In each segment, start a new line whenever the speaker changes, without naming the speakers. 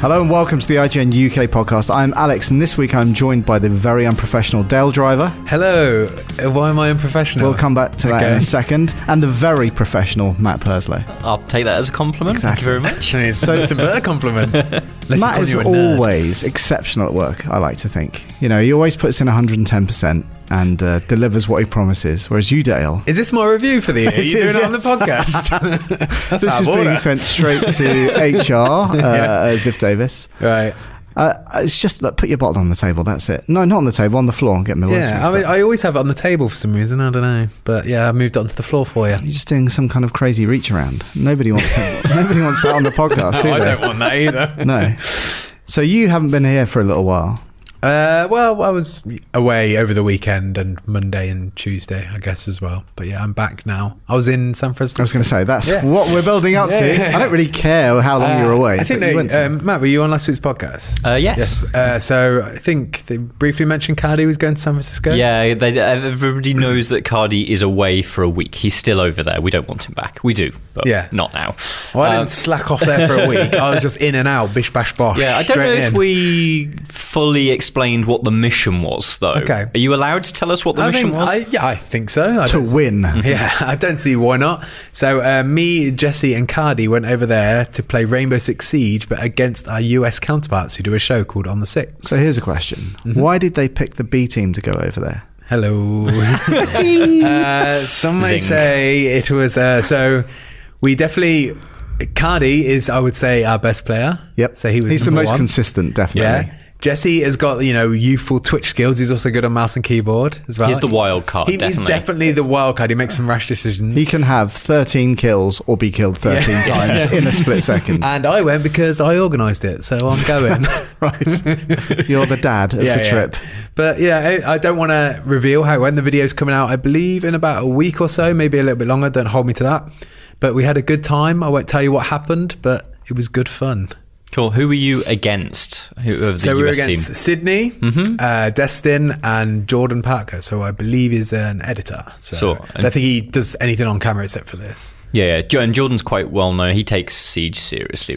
Hello and welcome to the IGN UK podcast. I'm Alex, and this week I'm joined by the very unprofessional Dale Driver.
Hello. Uh, Why am I unprofessional?
We'll come back to that in a
Okay.
second, and the very professional Matt Pursley.
I'll take that as a compliment. Thank you very much.
It's
So-
nothing but a compliment. Unless
Matt
you
is
call you a nerd.
always exceptional at work. I like to think. You know, he always puts in 110 percent and uh, delivers what he promises. Whereas you, Dale,
Is this my review for the year? Are
It
you doing
is,
it on the podcast? That's
this
out
is
of
being
order.
sent straight to HR uh,
Yeah.
as if Davis.
Right.
Uh, it's just look, put your bottle on the table. That's it. No, not on the table. On the floor. Get my words
Yeah. I
mixed
mean,
up.
I always have it on the table for some reason. I don't know. But yeah, I moved it onto the floor for you.
You're just doing some kind of crazy reach around. Nobody wants that. nobody wants that on the podcast. Do
I
they?
don't want that either.
no. So you haven't been here for a little while.
Uh, well, I was away over the weekend and Monday and Tuesday, I guess, as well. But yeah, I'm back now. I was in San
I
Francisco.
was going to say that's
Yeah.
what we're building up to.
Yeah.
I don't really care how long
Uh,
you're away.
I think
but you
they,
went to-
um, Matt, were you on last week's podcast?
Uh, yes.
Uh, so I think they briefly mentioned Cardi was going to San Francisco.
Yeah, they, everybody knows that Cardi is away for a week. He's still over there. We don't want him back. We do, but
Yeah.
not now.
Well, I
Um,
didn't slack off there for a week. I was just in and out, bish bash bosh.
yeah, I don't
straight
know if
in.
we fully explained what the mission was, though.
Okay.
Are you allowed to tell us what the
I
mission
think,
was?
I, yeah, I think so. I
to
don't-
win.
Yeah, I don't see why not. So, uh, me, Jesse, and Cardi went over there to play Rainbow Six Siege, but against our US counterparts who do a show called On the Six.
So here's a question:
Mm-hmm.
Why did they pick the B team to go over there?
Hello. uh, some might
Zing.
say it was. Uh, so we definitely. Cardi is, I would say, our best player.
Yep.
So he was
He's the
number
most
one.
consistent, definitely.
Yeah. Jesse has got you know youthful Twitch skills. He's also good on mouse and keyboard as well.
He's the wild card,
He-
definitely.
He's definitely the wild card. He makes some rash decisions.
He can have 13 kills or be killed 13 times in a split second.
and I went because I organised it, so I'm going.
right. You're the dad of the trip.
But yeah, I, I don't want to reveal how when the video's coming out. I believe in about a week or so, maybe a little bit longer. Don't hold me to that. But we had a good time. I won't tell you what happened, but it was good fun.
cool. Who were you against? Who of the
So
US
we were against
team? Mm-hmm.
Sydney, uh, Destin, and Jordan Parker. So I believe he's an editor. So
Sure.
I don't think he does anything on camera except for this.
Yeah, yeah, Jo- and Jordan's quite well known. He takes Siege seriously,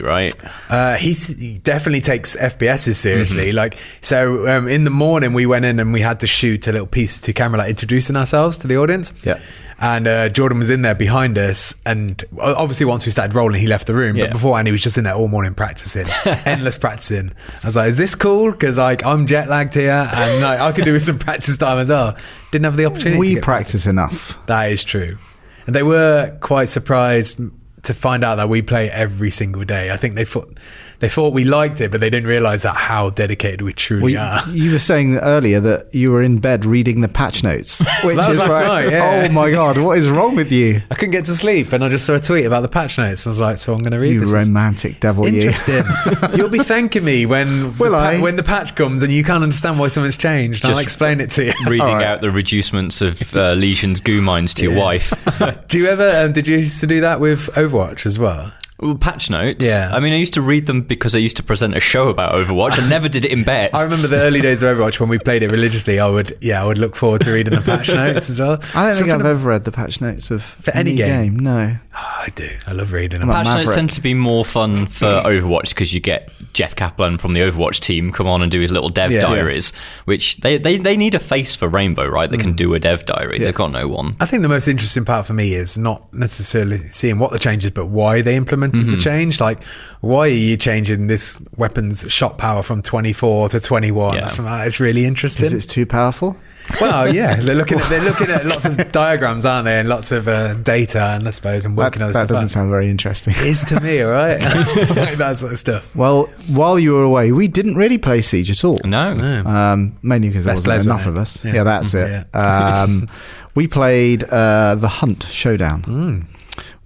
right?
Uh, he s- he definitely takes FPSs seriously.
Mm-hmm.
Like, so um, in the morning we went in and we had to shoot a little piece to camera, like introducing ourselves to the audience.
Yeah.
And uh, Jordan was in there behind us, and o- obviously once we started rolling, he left the room.
Yeah.
But beforehand, he was just in there all morning practicing, endless practicing. I was like, "Is this cool?" Because like I'm jet lagged here, and like, I could do with some practice time as well. Didn't have the opportunity. to
We
get
practice enough.
that is true. And they were quite surprised to find out that we play every single day. I think they thought they thought we liked it, but they didn't realize that how dedicated we truly
Well, you-
are.
you, were saying earlier that you were in bed reading the patch notes, which
That was
is
last
like,
night, yeah.
oh my god, what is wrong with you?
I couldn't get to sleep, and I just saw a tweet about the patch notes. I was like, "So I'm going to read
You
this." It's
romantic devil, you.
Interesting. You'll be thanking me when
Will
the
I?
when the patch comes and you can't understand why something's changed. and I'll
Just-
explain it to you.
Reading
All right.
out the reducements of uh, Legion's goo mines to your wife.
do you ever? Um, did you used to do that with Overwatch as well?
Well, patch notes.
Yeah.
I mean, I used to read them because I used to present a show about Overwatch. I never did it in bed.
I remember the early days of Overwatch when we played it religiously. I would, yeah, I would look forward to reading the patch notes as well.
I don't think
Something
I've
about-
ever read the patch notes of for
any game?
No,
Oh, I do. I love reading them.
I'm a
Patch notes
Maverick.
tend to be more fun for Overwatch because you get Jeff Kaplan from the Overwatch team come on and do his little dev
Yeah.
diaries, which they, they, they need a face for Rainbow, right? That
Mm.
can do a dev diary. They've got no one.
I think the most interesting part for me is not necessarily seeing what the change is, but why they implemented
Mm-hmm.
the change. Like, why are you changing this weapon's shot power from 24 to 21?
Yeah.
That's, it's really
because
interesting.
it's too powerful.
well, yeah, they're looking at they're looking at lots of diagrams, aren't they, and lots of uh, data, and I suppose, and
That,
working on
that
stuff.
doesn't
out.
sound very interesting.
It is to me, all right? like that sort of stuff.
Well, while you were away, we didn't really play Siege at all.
No.
Um, mainly because there wasn't
Best players,
enough
weren't
of
they?
us.
Yeah.
Yeah, that's it. Um, we played uh, the Hunt Showdown,
Hmm.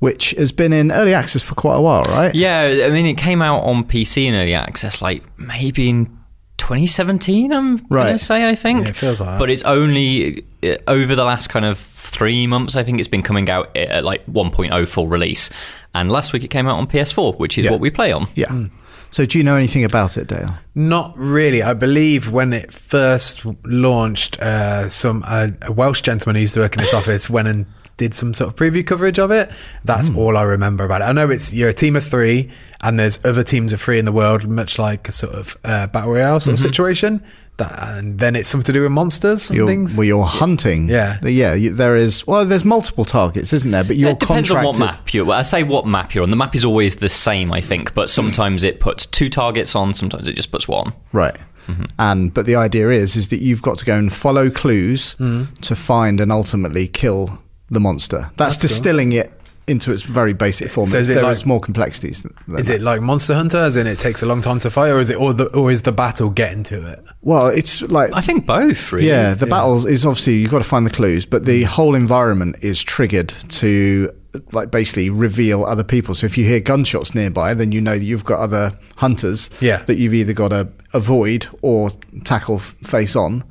which has been in early access for quite a while, right?
Yeah, I mean, it came out on PC in early access, like maybe in 2017. I'm gonna
Right.
say, I think.
Yeah, it feels like that.
But it's only uh, over the last kind of three months. I think it's been coming out at at, like 1.0 full release, and last week it came out on PS4, which is
Yeah.
what we play on.
Hmm.
Yeah. So, do you know anything about it, Dale?
Not really. I believe when it first launched, uh, some uh, a Welsh gentleman who used to work in this office went and did some sort of preview coverage of it. That's
Hmm.
all I remember about it. I know it's you're a team of three, and there's other teams of three in the world, much like a sort of uh, battle royale sort of
Mm-hmm.
situation. That, and then it's something to do with monsters and
You're,
things.
well, you're hunting.
Yeah.
But yeah. You, there is. Well, there's multiple targets, isn't there? But you're
it depends
contracted.
on what map you're. Well, I say what map you're on. The map is always the same, I think, but sometimes it puts two targets on, sometimes it just puts one.
Right.
Mm-hmm.
And but the idea is is that you've got to go and follow clues
Hmm.
to find and ultimately kill the monster. That's, distilling it into its very basic form.
So is it
there
like-
is more complexities. Than, than
is
that.
it like Monster Hunter, as in it takes a long time to fight, or is it or the or is the battle getting to it?
Well, it's like
I think both, really.
yeah, the battles is obviously you've got to find the clues, but the whole environment is triggered to like basically reveal other people. So if you hear gunshots nearby, then you know that you've got other hunters
Yeah.
that you've either got to avoid or tackle f- face on.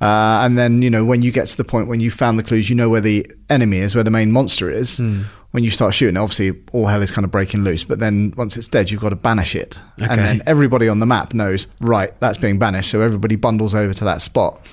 Uh, and then you know when you get to the point when you found the clues, you know where the enemy is, where the main monster is.
Hmm.
When you start shooting, obviously all hell is kind of breaking loose. But then once it's dead, you've got to banish it,
Okay.
and then everybody on the map knows right that's being banished. So everybody bundles over to that spot,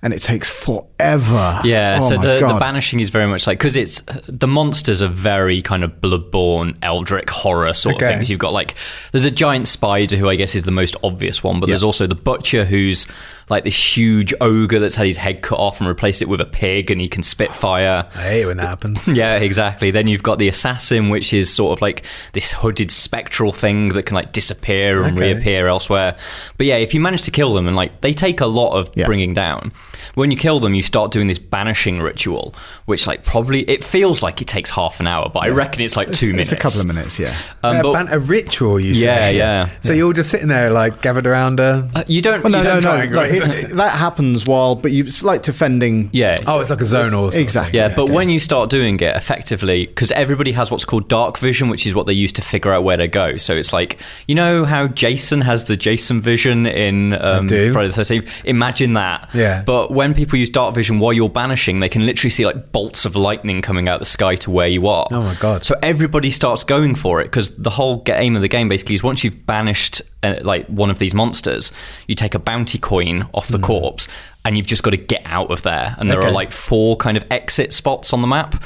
and it takes forever.
Yeah,
Oh
so
my
the, the
God.
banishing is very much like because it's the monsters are very kind of bloodborne, eldritch horror sort
Okay.
of things. You've got like there's a giant spider who I guess is the most obvious one, but there's
Yeah.
also the butcher who's like this huge ogre that's had his head cut off and replaced it with a pig, and he can spit fire.
I hate it when that happens.
Yeah, exactly. Then you've got the assassin, which is sort of like this hooded spectral thing that can like disappear and
Okay.
reappear elsewhere. But yeah, if you manage to kill them, and like they take a lot of
Yeah.
bringing down. When you kill them, you start doing this banishing ritual, which like probably it feels like it takes half an hour, but I reckon it's like two minutes.
It's a couple of minutes. Yeah.
Um,
a,
but-
ban- a Uh, ritual, you
Yeah,
say.
yeah.
So you're all just sitting there, like gathered around a.
Uh, you don't.
Well, no,
you
no,
don't
no.
try and-
no it- that happens while, but you it's like defending.
Yeah.
Oh, it's like a zone or something.
Exactly.
Yeah,
Yeah,
but when you start doing it effectively, because everybody has what's called dark vision, which is what they use to figure out where to go. So it's like you know how Jason has the Jason vision in um,
do.
Friday the Thirteenth. Imagine that.
Yeah.
But when people use dark vision while you're banishing, they can literally see like bolts of lightning coming out the sky to where you are.
Oh my God.
So everybody starts going for it because the whole ga- aim of the game basically is once you've banished uh, like one of these monsters, you take a bounty coin off the corpse, and you've just got to get out of there. And there
Hmm. Okay.
are like four kind of exit spots on the map.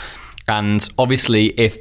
And obviously, if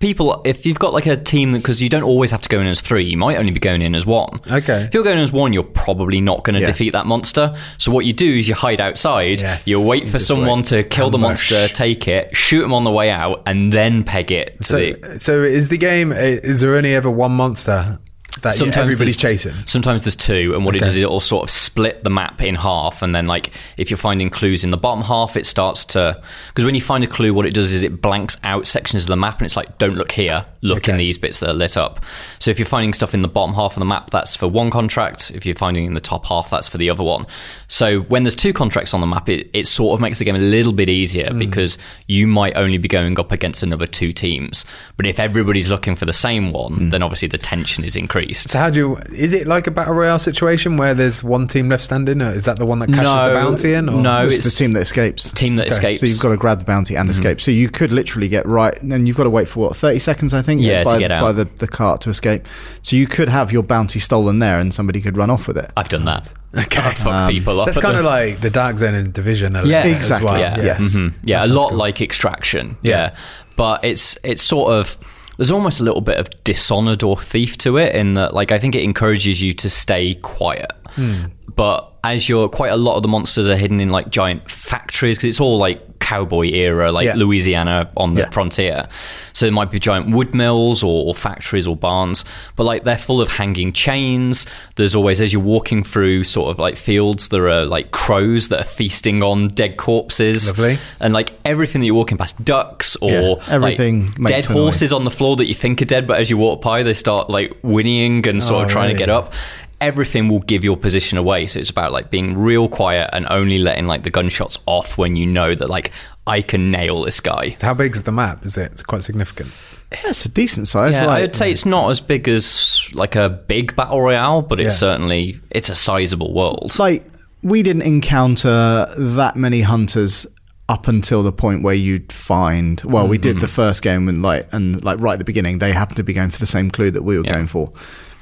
people, if you've got like a team, because you don't always have to go in as three, you might only be going in as one.
Okay.
If you're going in as one, you're probably not going to
Yeah.
defeat that monster. So what you do is you hide outside,
Yes.
you wait for
Just
someone
wait.
to kill the
Ambush.
monster, take it, shoot him on the way out, and then peg it to
So,
the
so is the game? Is there only ever one monster that you- everybody's
there's-
chasing?
Sometimes there's two, and what it
Okay.
does is it'll sort of split the map in half, and then like if you're finding clues in the bottom half, it starts to because when you find a clue, what it does is it blanks out sections of the map, and it's like don't look here, look in
Okay.
these bits that are lit up. So if you're finding stuff in the bottom half of the map, that's for one contract. If you're finding in the top half, that's for the other one. So when there's two contracts on the map, it, it sort of makes the game a little bit easier
Mm.
because you might only be going up against another two teams. But if everybody's looking for the same one, then obviously the tension is increased. least.
Mm. So how do you? Is it like a battle royale situation where there's one team left standing? Or is that the one that catches
No,
the bounty in? Or?
no.
It's,
Oh, it's-
the team that escapes.
Team that escapes. Mm-hmm.
So you've got to grab the bounty and escape. So you could literally get right, and you've got to wait for what thirty seconds, I think,
Yeah, to
by,
get out.
by the, the cart to escape. So you could have your bounty stolen there, and somebody could run off with it.
I've done that.
Okay.
I fuck people up.
Um, That's
at
kind of
the-
like the dark zone in division. A little
Yeah,
bit as
exactly.
well.
yeah,
Yes.
Mhm. yeah,
That
a
sounds
lot
cool.
like extraction.
Yeah.
Yeah. but it's it's sort of there's almost a little bit of dishonored or thief to it in that like I think it encourages you to stay quiet,
Hmm.
but. As you're quite a lot of the monsters are hidden in like giant factories because it's all like cowboy era, like
Yeah.
Louisiana on the
Yeah.
frontier. So there might be giant wood mills or, or factories or barns, but like they're full of hanging chains. There's always, as you're walking through sort of like fields, there are like crows that are feasting on dead corpses.
Lovely.
And like everything that you're walking past, ducks or
Yeah,
like,
everything makes
dead
a noise.
horses on the floor that you think are dead, but as you walk by, they start like whinnying and sort
Oh,
of trying
really?
to get up. Everything will give your position away, so it's about like being real quiet and only letting like the gunshots off when you know that like I can nail this guy.
How big is the map? Is it? It's quite significant.
Yeah, it's a decent size.
Yeah,
like,
I'd say it's not as big as like a big battle royale, but it's
Yeah.
certainly it's a sizable world.
It's like we didn't encounter that many hunters up until the point where you'd find well we did the
Mm-hmm.
first game and like and like right at the beginning they happened to be going for the same clue that we were going for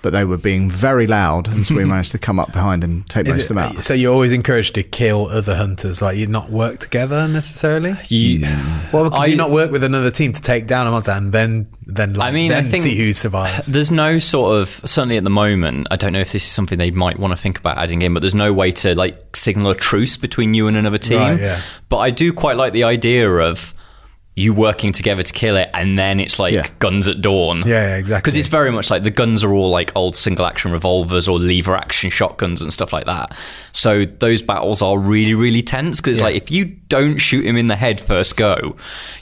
but they were being very loud and so we managed to come up behind and take
Is
most
it-
of them out
So you're always encouraged to kill other hunters, like you not work together necessarily.
You-
Well, could
I-
you not work with another team to take down a monster and then then like,
I mean,
then
I think
see who survives?
There's no sort of certainly at the moment. I don't know if this is something they might want to think about adding in, but there's no way to like signal a truce between you and another team.
Right, yeah.
But I do quite like the idea of you working together to kill it, and then it's like
Yeah.
guns at dawn.
Yeah, yeah, exactly.
Because it's very much like the guns are all like old single action revolvers or lever action shotguns and stuff like that. So those battles are really, really tense because it's
Yeah.
like if you don't shoot him in the head first go,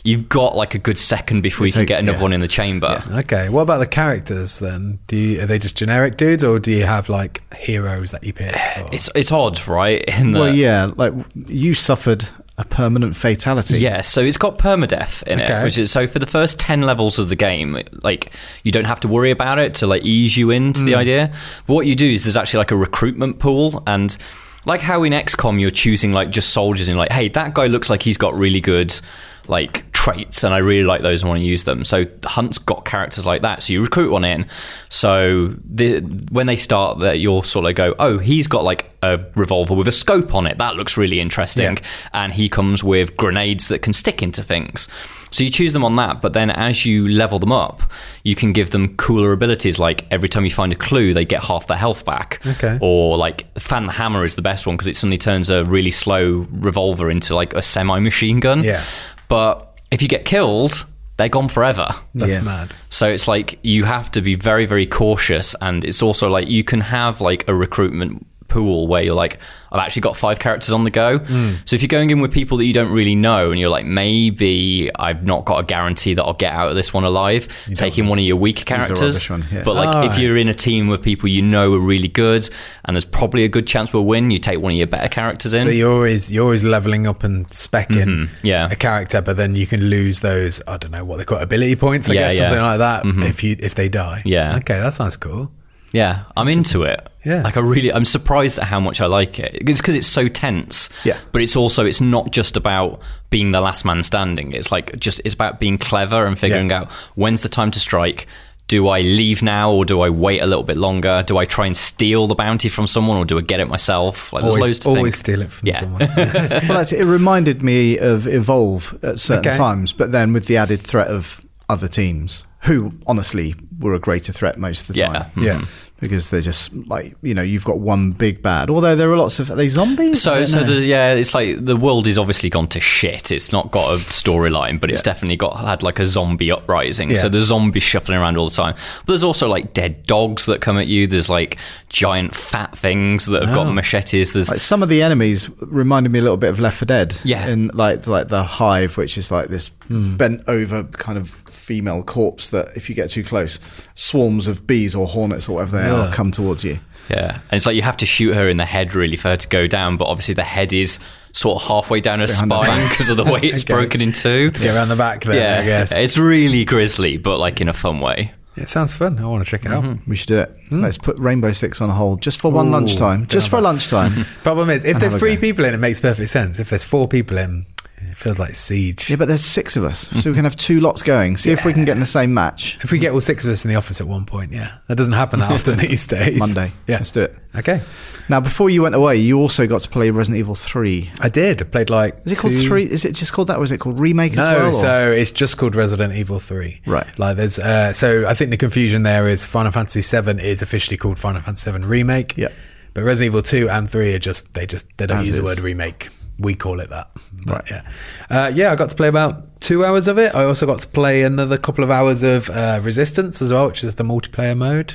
you've got like a good second before you can
takes-
get another
yeah.
one in the chamber.
Okay, what about the characters then? Do you, are they just generic dudes, or do you have like heroes that you pick? or-
Uh, It's it's odd, right? In the,
well yeah like you suffered a permanent fatality
Yeah, so it's got permadeath in
Okay.
it, which is so for the first ten levels of the game, like you don't have to worry about it to like ease you into the idea. But what you do is there's actually like a recruitment pool and like how in XCOM you're choosing like just soldiers and like, hey, that guy looks like he's got really good like traits and I really like those and want to use them. So Hunt's got characters like that. So you recruit one in. So the, when they start that you'll sort of go, oh, he's got like a revolver with a scope on it. That looks really interesting. And he comes with grenades that can stick into things. So you choose them on that, but then as you level them up, you can give them cooler abilities. Like every time you find a clue, they get half their health back.
Okay.
Or like fan the hammer is the best one because it suddenly turns a really slow revolver into like a semi machine gun.
Yeah.
But if you get killed, they're gone forever.
That's
Yeah.
mad.
So it's like you have to be very, very cautious. And it's also like you can have like a recruitment pool where you're like, I've actually got five characters on the go.
Hmm.
So if you're going in with people that you don't really know and you're like, maybe I've not got a guarantee that I'll get out of this one alive, taking one of your weaker characters.
rubbish one, yeah.
But like
Oh,
if
right.
you're in a team with people you know are really good and there's probably a good chance we'll win, you take one of your better characters in.
So you're always you're always leveling up and specking
Mm-hmm, yeah.
a character, but then you can lose those I don't know what they call it, ability points, I
Yeah,
guess
yeah. Mm-hmm.
something like that if you if they die.
Yeah.
Okay, that sounds cool.
Yeah, I'm into it.
Yeah.
like I really, I'm surprised at how much I like it. It's because it's so tense.
Yeah.
but it's also it's not just about being the last man standing. It's like just it's about being clever and figuring
Yeah.
out when's the time to strike. Do I leave now or do I wait a little bit longer? Do I try and steal the bounty from someone or do I get it myself? Like there's
always
loads to
always
think.
steal it from
Yeah.
someone.
well that's, it reminded me of evolve at certain
Okay.
times but then with the added threat of other teams who honestly were a greater threat most of the
Yeah. Mm-hmm.
time
yeah.
because they're just like you know you've got one big bad. Although there are lots of are they zombies. I
So,
don't
so
know.
the, yeah, it's like the world is obviously gone to shit. It's not got a storyline, but it's definitely got had like a zombie uprising.
Yeah.
So the zombies shuffling around all the time. But there's also like dead dogs that come at you. There's like giant fat things that have got machetes. There's
like some of the enemies reminded me a little bit of Left 4 Dead.
Yeah.
in like like the hive, which is like this
Hmm.
bent over kind of female corpse that if you get too close, swarms of bees or hornets or whatever they are come towards you.
yeah, and it's like you have to shoot her in the head really for her to go down. But obviously the head is sort of halfway down her spine because of the way it's broken in two.
Get around the back there,
Yeah,
I guess.
it's really grisly, but like in a fun way.
It sounds fun. I want to check it
Mm-hmm.
out.
We should do it. Let's put Rainbow Six on hold just for one
Hmm. Ooh,
lunchtime.
good
Just for
idea.
lunchtime.
Problem is, if
And
there's
have a
three
go.
people in, it makes perfect sense. If there's four people in, it feels like siege.
yeah, but there's six of us, so we can have two lots going. See if we can get in the same match
If we get all six of us in the office at one point, yeah, that doesn't happen that often these days.
Monday.
yeah.
Let's do it.
Okay,
Now, before you went away, you also got to play Resident Evil 3.
I did. I played like
Is it called
two-
3? Is it just called that, or is it called Remake as
No,
well? or-
so it's just called Resident Evil Three.
Right.
Like there's uh, so I think the confusion there is Final Fantasy Seven is officially called Final Fantasy Seven Remake.
Yeah.
But Resident Evil Two and Three are just they just they don't
As
use the
is.
word remake. We call it that.
Right.
But, Yeah. Uh, yeah, I got to play about two hours of it. I also got to play another couple of hours of uh, Resistance as well, which is the multiplayer mode.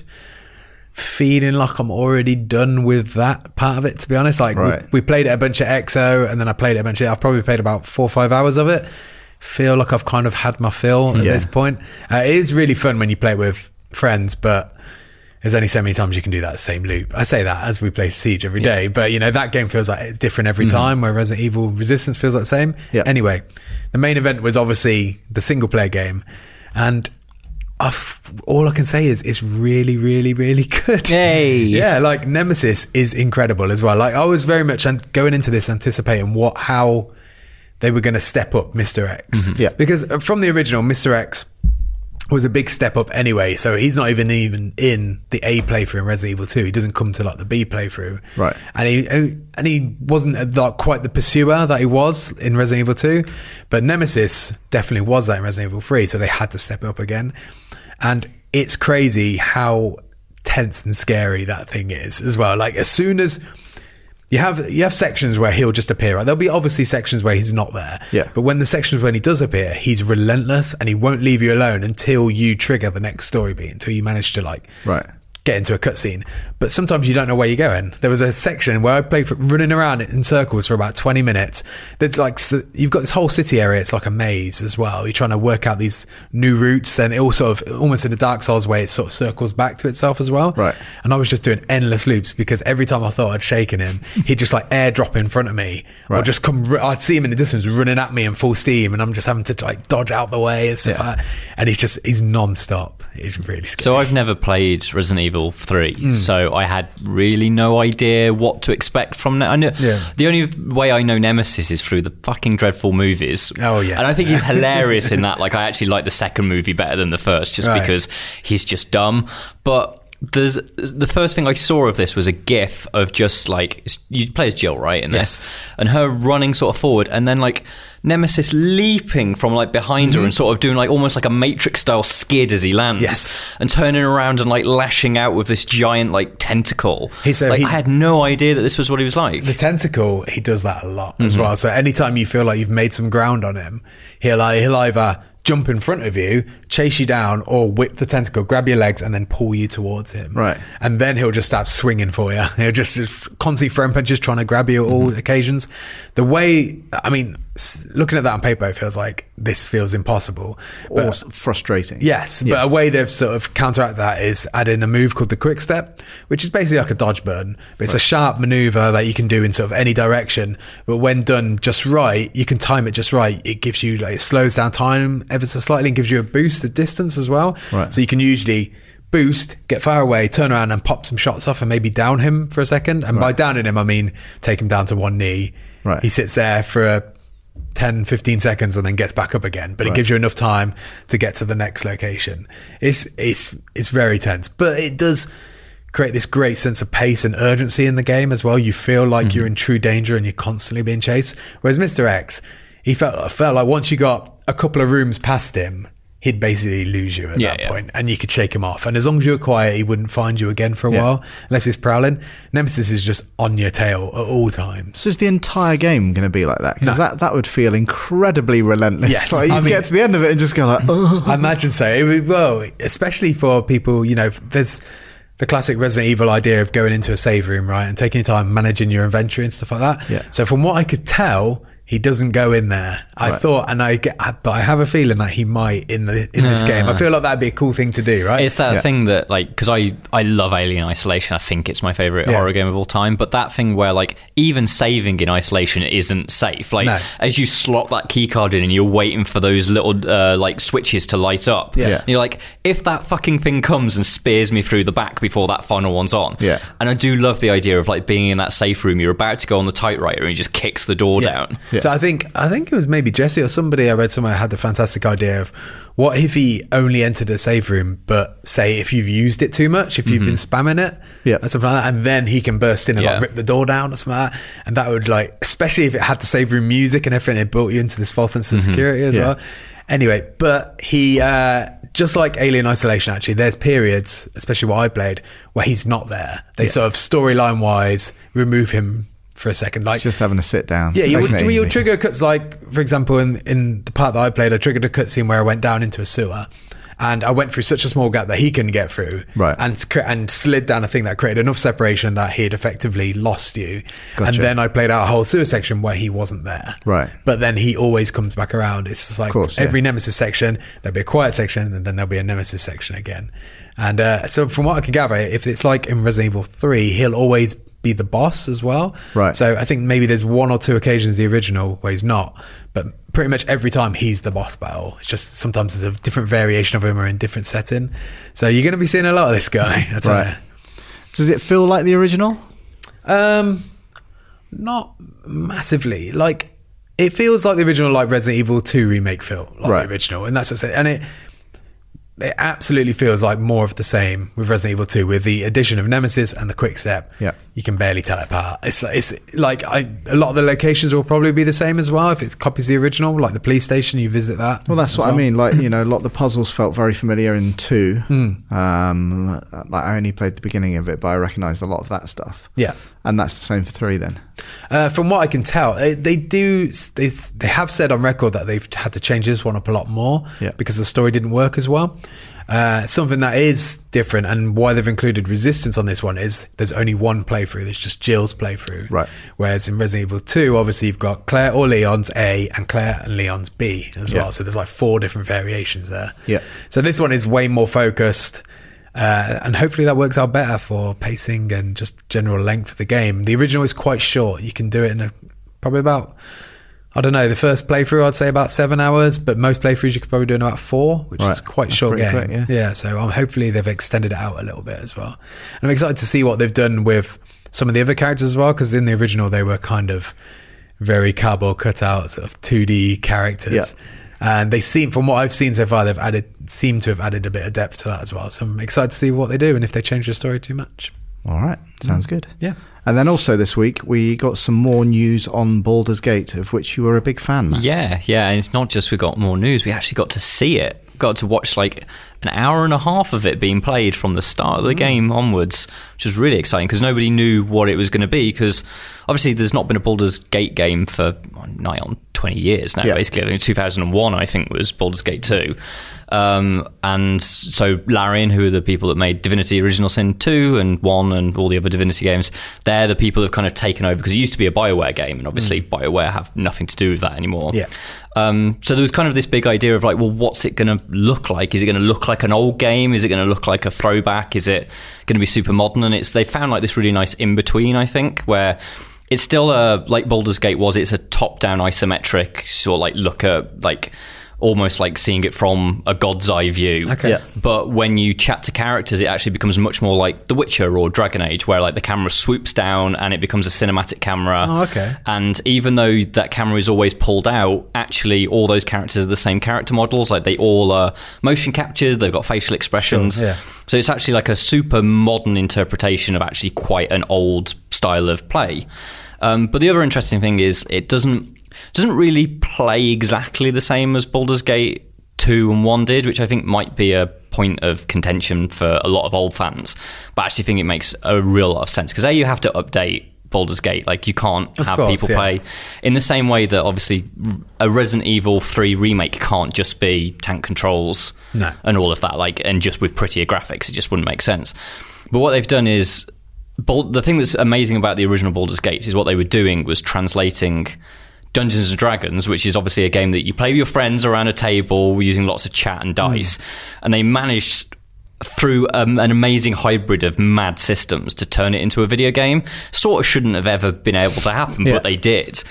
Feeling like I'm already done with that part of it, to be honest. Like, we-
Right.
we, played it a bunch of EXO, and then I played it a bunch of. I've probably played about four or five hours of it. Feel like I've kind of had my fill at
Yeah.
this point. Uh, it is really fun when you play it with friends, but there's only so many times you can do that same loop. I say that as we play Siege every day, but you know that game feels like it's different every time. Where Resident Evil Resistance feels like the same.
Mm. Yeah.
Anyway, the main event was obviously the single player game, and I've, all I can say is it's really, really, really good.
Yay.
yeah, like Nemesis is incredible as well. Like I was very much an- going into this anticipating what how they were going to step up Mr. X.
Yeah.
because uh, from the original Mr. X was a big step up anyway. So he's not even even in the A playthrough in Resident Evil 2. He doesn't come to like the B playthrough.
Right.
And he uh, and he wasn't uh, like quite the pursuer that he was in Resident Evil 2, but Nemesis definitely was that in Resident Evil 3, so they had to step it up again. And it's crazy how tense and scary that thing is as well. Like as soon as you have you have sections where he'll just appear. Right? There'll be obviously sections where he's not there.
Yeah.
But when the sections when he does appear, he's relentless and he won't leave you alone until you trigger the next story beat, until you manage to like
Right.
get into a cutscene. But sometimes you don't know where you're going. There was a section where I played for, running around in circles for about 20 minutes. That's like s- you've got this whole city area. It's like a maze as well. You're trying to work out these new routes. Then it all sort of almost in the Dark Souls way, it sort of circles back to itself as well.
Right.
And I was just doing endless loops because every time I thought I'd shaken him, he'd just like airdrop in front of me or
Right.
just come. ru- I'd see him in the distance running at me in full steam, and I'm just having to like dodge out the way and stuff.
Yeah.
Like that. And he's just he's non-stop. It's really scary.
So I've never played Resident Evil Three,
Hmm.
so I had really no idea what to expect from. Ne- I know
Yeah.
the only way I know Nemesis is through the fucking dreadful movies.
Oh, yeah.
and I think he's hilarious in that. Like I actually like the second movie better than the first, just
Right.
because he's just dumb. But there's the first thing I saw of this was a GIF of just like you play as Jill, right? In
Yes.
this, and her running sort of forward, and then like. Nemesis leaping from like behind
Mm-hmm.
her and sort of doing like almost like a Matrix style skid as he lands
Yes.
and turning around and like lashing out with this giant like tentacle.
He said
like,
he-
I had no idea that this was what he was like.
the tentacle, he does that a lot
Mhm.
as well. So anytime you feel like you've made some ground on him, he'll ei- he'll either jump in front of you, chase you down, or whip the tentacle, grab your legs, and then pull you towards him.
Right.
And then he'll just start swinging for you. He'll just, just constantly throwing punches, trying to grab you at
Mhm.
all occasions. The way, I mean, s- looking at that on paper, it feels like this feels impossible.
Or
But-
s- frustrating.
Yes, but a way they've sort of counteract that is add in a move called the quick step, which is basically like a dodge burn, but it's a sharp maneuver that you can do in sort of any direction. But when done just right, you can time it just right. It gives you like it slows down time ever so slightly and gives you a boost of distance as well.
Right.
So you can usually boost, get far away, turn around and pop some shots off and maybe down him for a second. And by downing him, I mean take him down to one knee.
Right.
He sits there for a 10 15 seconds and then gets back up again but it gives you enough time to get to the next location it's it's it's very tense but it does create this great sense of pace and urgency in the game as well you feel like
Mm-hmm.
you're in true danger and you're constantly being chased whereas mr x he felt felt like once you got a couple of rooms past him he'd basically lose you at
Yeah,
that
yeah.
point and you could shake him off and as long as you were quiet he wouldn't find you again for a while unless he's prowling nemesis is just on your tail at all times
So is the entire game going to be like that? Because
No.
that, that would feel incredibly relentless.
Yes,
Like, you
I mean-
get to the end of it and just go like, oh.
I imagine so. It would, well, especially for people, you know, there's the classic Resident Evil idea of going into a save room, right, and taking your time managing your inventory and stuff like that.
Yeah.
So from what I could tell, He doesn't go in there. I thought, and I, get, I- but I have a feeling that he might in the in this game. I feel like that'd be a cool thing to do, right?
It's that
Yeah.
thing that like because I I love Alien Isolation. I think it's my favorite
Yeah.
horror game of all time. But that thing where like even saving in isolation isn't safe. Like
No.
as you slot that key card in and you're waiting for those little uh, like switches to light up.
Yeah. Yeah.
And you're like, if that fucking thing comes and spears me through the back before that final one's on.
Yeah.
And I do love the idea of like being in that safe room. You're about to go on the typewriter and he just kicks the door down.
So I think I think it was maybe Jesse or somebody I read somewhere had the fantastic idea of what if he only entered a save room, but say if you've used it too much, if you've been spamming it,
Yeah.
and something like that, and then he can burst in and
Yeah.
like rip the door down or something like that, and that would like especially if it had the save room music and everything, it built you into this false sense of security as
Yeah.
well. Anyway, but he uh, just like Alien Isolation. Actually, there's periods, especially what I played, where he's not there. They sort of storyline wise remove him for a second, like
Just having a sit down.
yeah, you
taking
would,
it
well, your
easy.
trigger cuts, like, for example, in, in the part that I played, I triggered a cutscene where I went down into a sewer and I went through such a small gap that he couldn't get through
Right.
and, cr- and slid down a thing that created enough separation that he had effectively lost you. And
Gotcha.
then I played out a whole sewer section where he wasn't there.
Right.
But then he always comes back around. It's just like
course, yeah.
every nemesis section, there'll be a quiet section and then there'll be a nemesis section again. And uh, so, from what I can gather, if it's like in Resident Evil 3, he'll always be the boss as well.
Right.
So I think maybe there's one or two occasions the original where he's not, but pretty much every time he's the boss battle. It's just sometimes there's a different variation of him or in different setting. So you're going to be seeing a lot of this guy. I tell
Right. Does it feel like the original?
you. Um, not massively. Like it feels like the original, like Resident Evil 2 remake feel like
Right.
the original, and that's what I said. And it it absolutely feels like more of the same with Resident Evil 2 with the addition of Nemesis and the quick step.
Yeah.
You can barely tell it apart. It's it's like I a lot of the locations will probably be the same as well if it copies the original like the police station you visit that.
Well, that's
as
what I mean. Like you know, a lot of the puzzles felt very familiar in two.
Hmm.
Um, like I only played the beginning of it, but I recognised a lot of that stuff.
Yeah.
and that's the same for three. Then
Uh, from what I can tell, they, they do. They, they have said on record that they've had to change this one up a lot more
Yeah.
because the story didn't work as well. Uh, something that is different and why they've included resistance on this one is there's only one playthrough. There's just Jill's playthrough.
Right.
Whereas in Resident Evil 2, obviously you've got Claire or Leon's A and Claire and Leon's B as
Yeah.
well. So there's like four different variations there.
Yeah.
So this one is way more focused, uh, and hopefully that works out better for pacing and just general length of the game. The original is quite short. You can do it in a, probably about I don't know the first playthrough. I'd say about seven hours, but most playthroughs you could probably do in about four, which
Right.
is quite
That's
short
pretty
game.
quick, yeah.
So um, hopefully they've extended it out a little bit as well. And I'm excited to see what they've done with some of the other characters as well, because in the original they were kind of very cardboard cutout sort of 2D characters.
Yeah.
And they seem, from what I've seen so far, they've added, seem to have added a bit of depth to that as well. So I'm excited to see what they do and if they change the story too much.
all right, sounds good.
Hmm. Yeah.
And then also this week we got some more news on Baldur's Gate, of which you were a big fan. Matt.
Yeah, yeah, and it's not just we got more news, we actually got to see it. Got to watch like an hour and a half of it being played from the start of the game onwards, which was really exciting because nobody knew what it was going to be. Because obviously, there's not been a Baldur's Gate game for nigh on 20 years now,
Yeah.
basically. I think 2001, I think, was Baldur's Gate 2. Um, and so, Larian, who are the people that made Divinity Original Sin 2 and 1 and all the other Divinity games, they're the people who have kind of taken over because it used to be a BioWare game, and obviously, BioWare have nothing to do with that anymore.
Yeah.
Um, so there was kind of this big idea of like, well, what's it going to look like? Is it going to look like an old game? Is it going to look like a throwback? Is it going to be super modern? And it's they found like this really nice in between, I think, where it's still a like Baldur's Gate was. It's a top-down isometric sort of like look at like almost like seeing it from a god's eye view.
Okay. Yeah.
But when you chat to characters, it actually becomes much more like The Witcher or Dragon Age, where like the camera swoops down and it becomes a cinematic camera.
Oh, okay.
And even though that camera is always pulled out, actually all those characters are the same character models. Like they all are motion captured. They've got facial expressions.
Sure, yeah.
So it's actually like a super modern interpretation of actually quite an old style of play. Um, but the other interesting thing is it doesn't doesn't really play exactly the same as Baldur's Gate two and one did, which I think might be a point of contention for a lot of old fans. But I actually think it makes a real lot of sense because a you have to update Baldur's Gate, like you can't have
course,
people
yeah.
play in the same way that obviously a Resident Evil 3 remake can't just be tank controls
No.
and all of that, like, and just with prettier graphics, it just wouldn't make sense. But what they've done is, Bal- the thing that's amazing about the original Baldur's Gates is what they were doing was translating Dungeons and Dragons, which is obviously a game that you play with your friends around a table using lots of chat and
Hmm.
dice, and they managed through um, an amazing hybrid of mad systems to turn it into a video game. Sort of shouldn't have ever been able to happen,
Yeah.
but they did.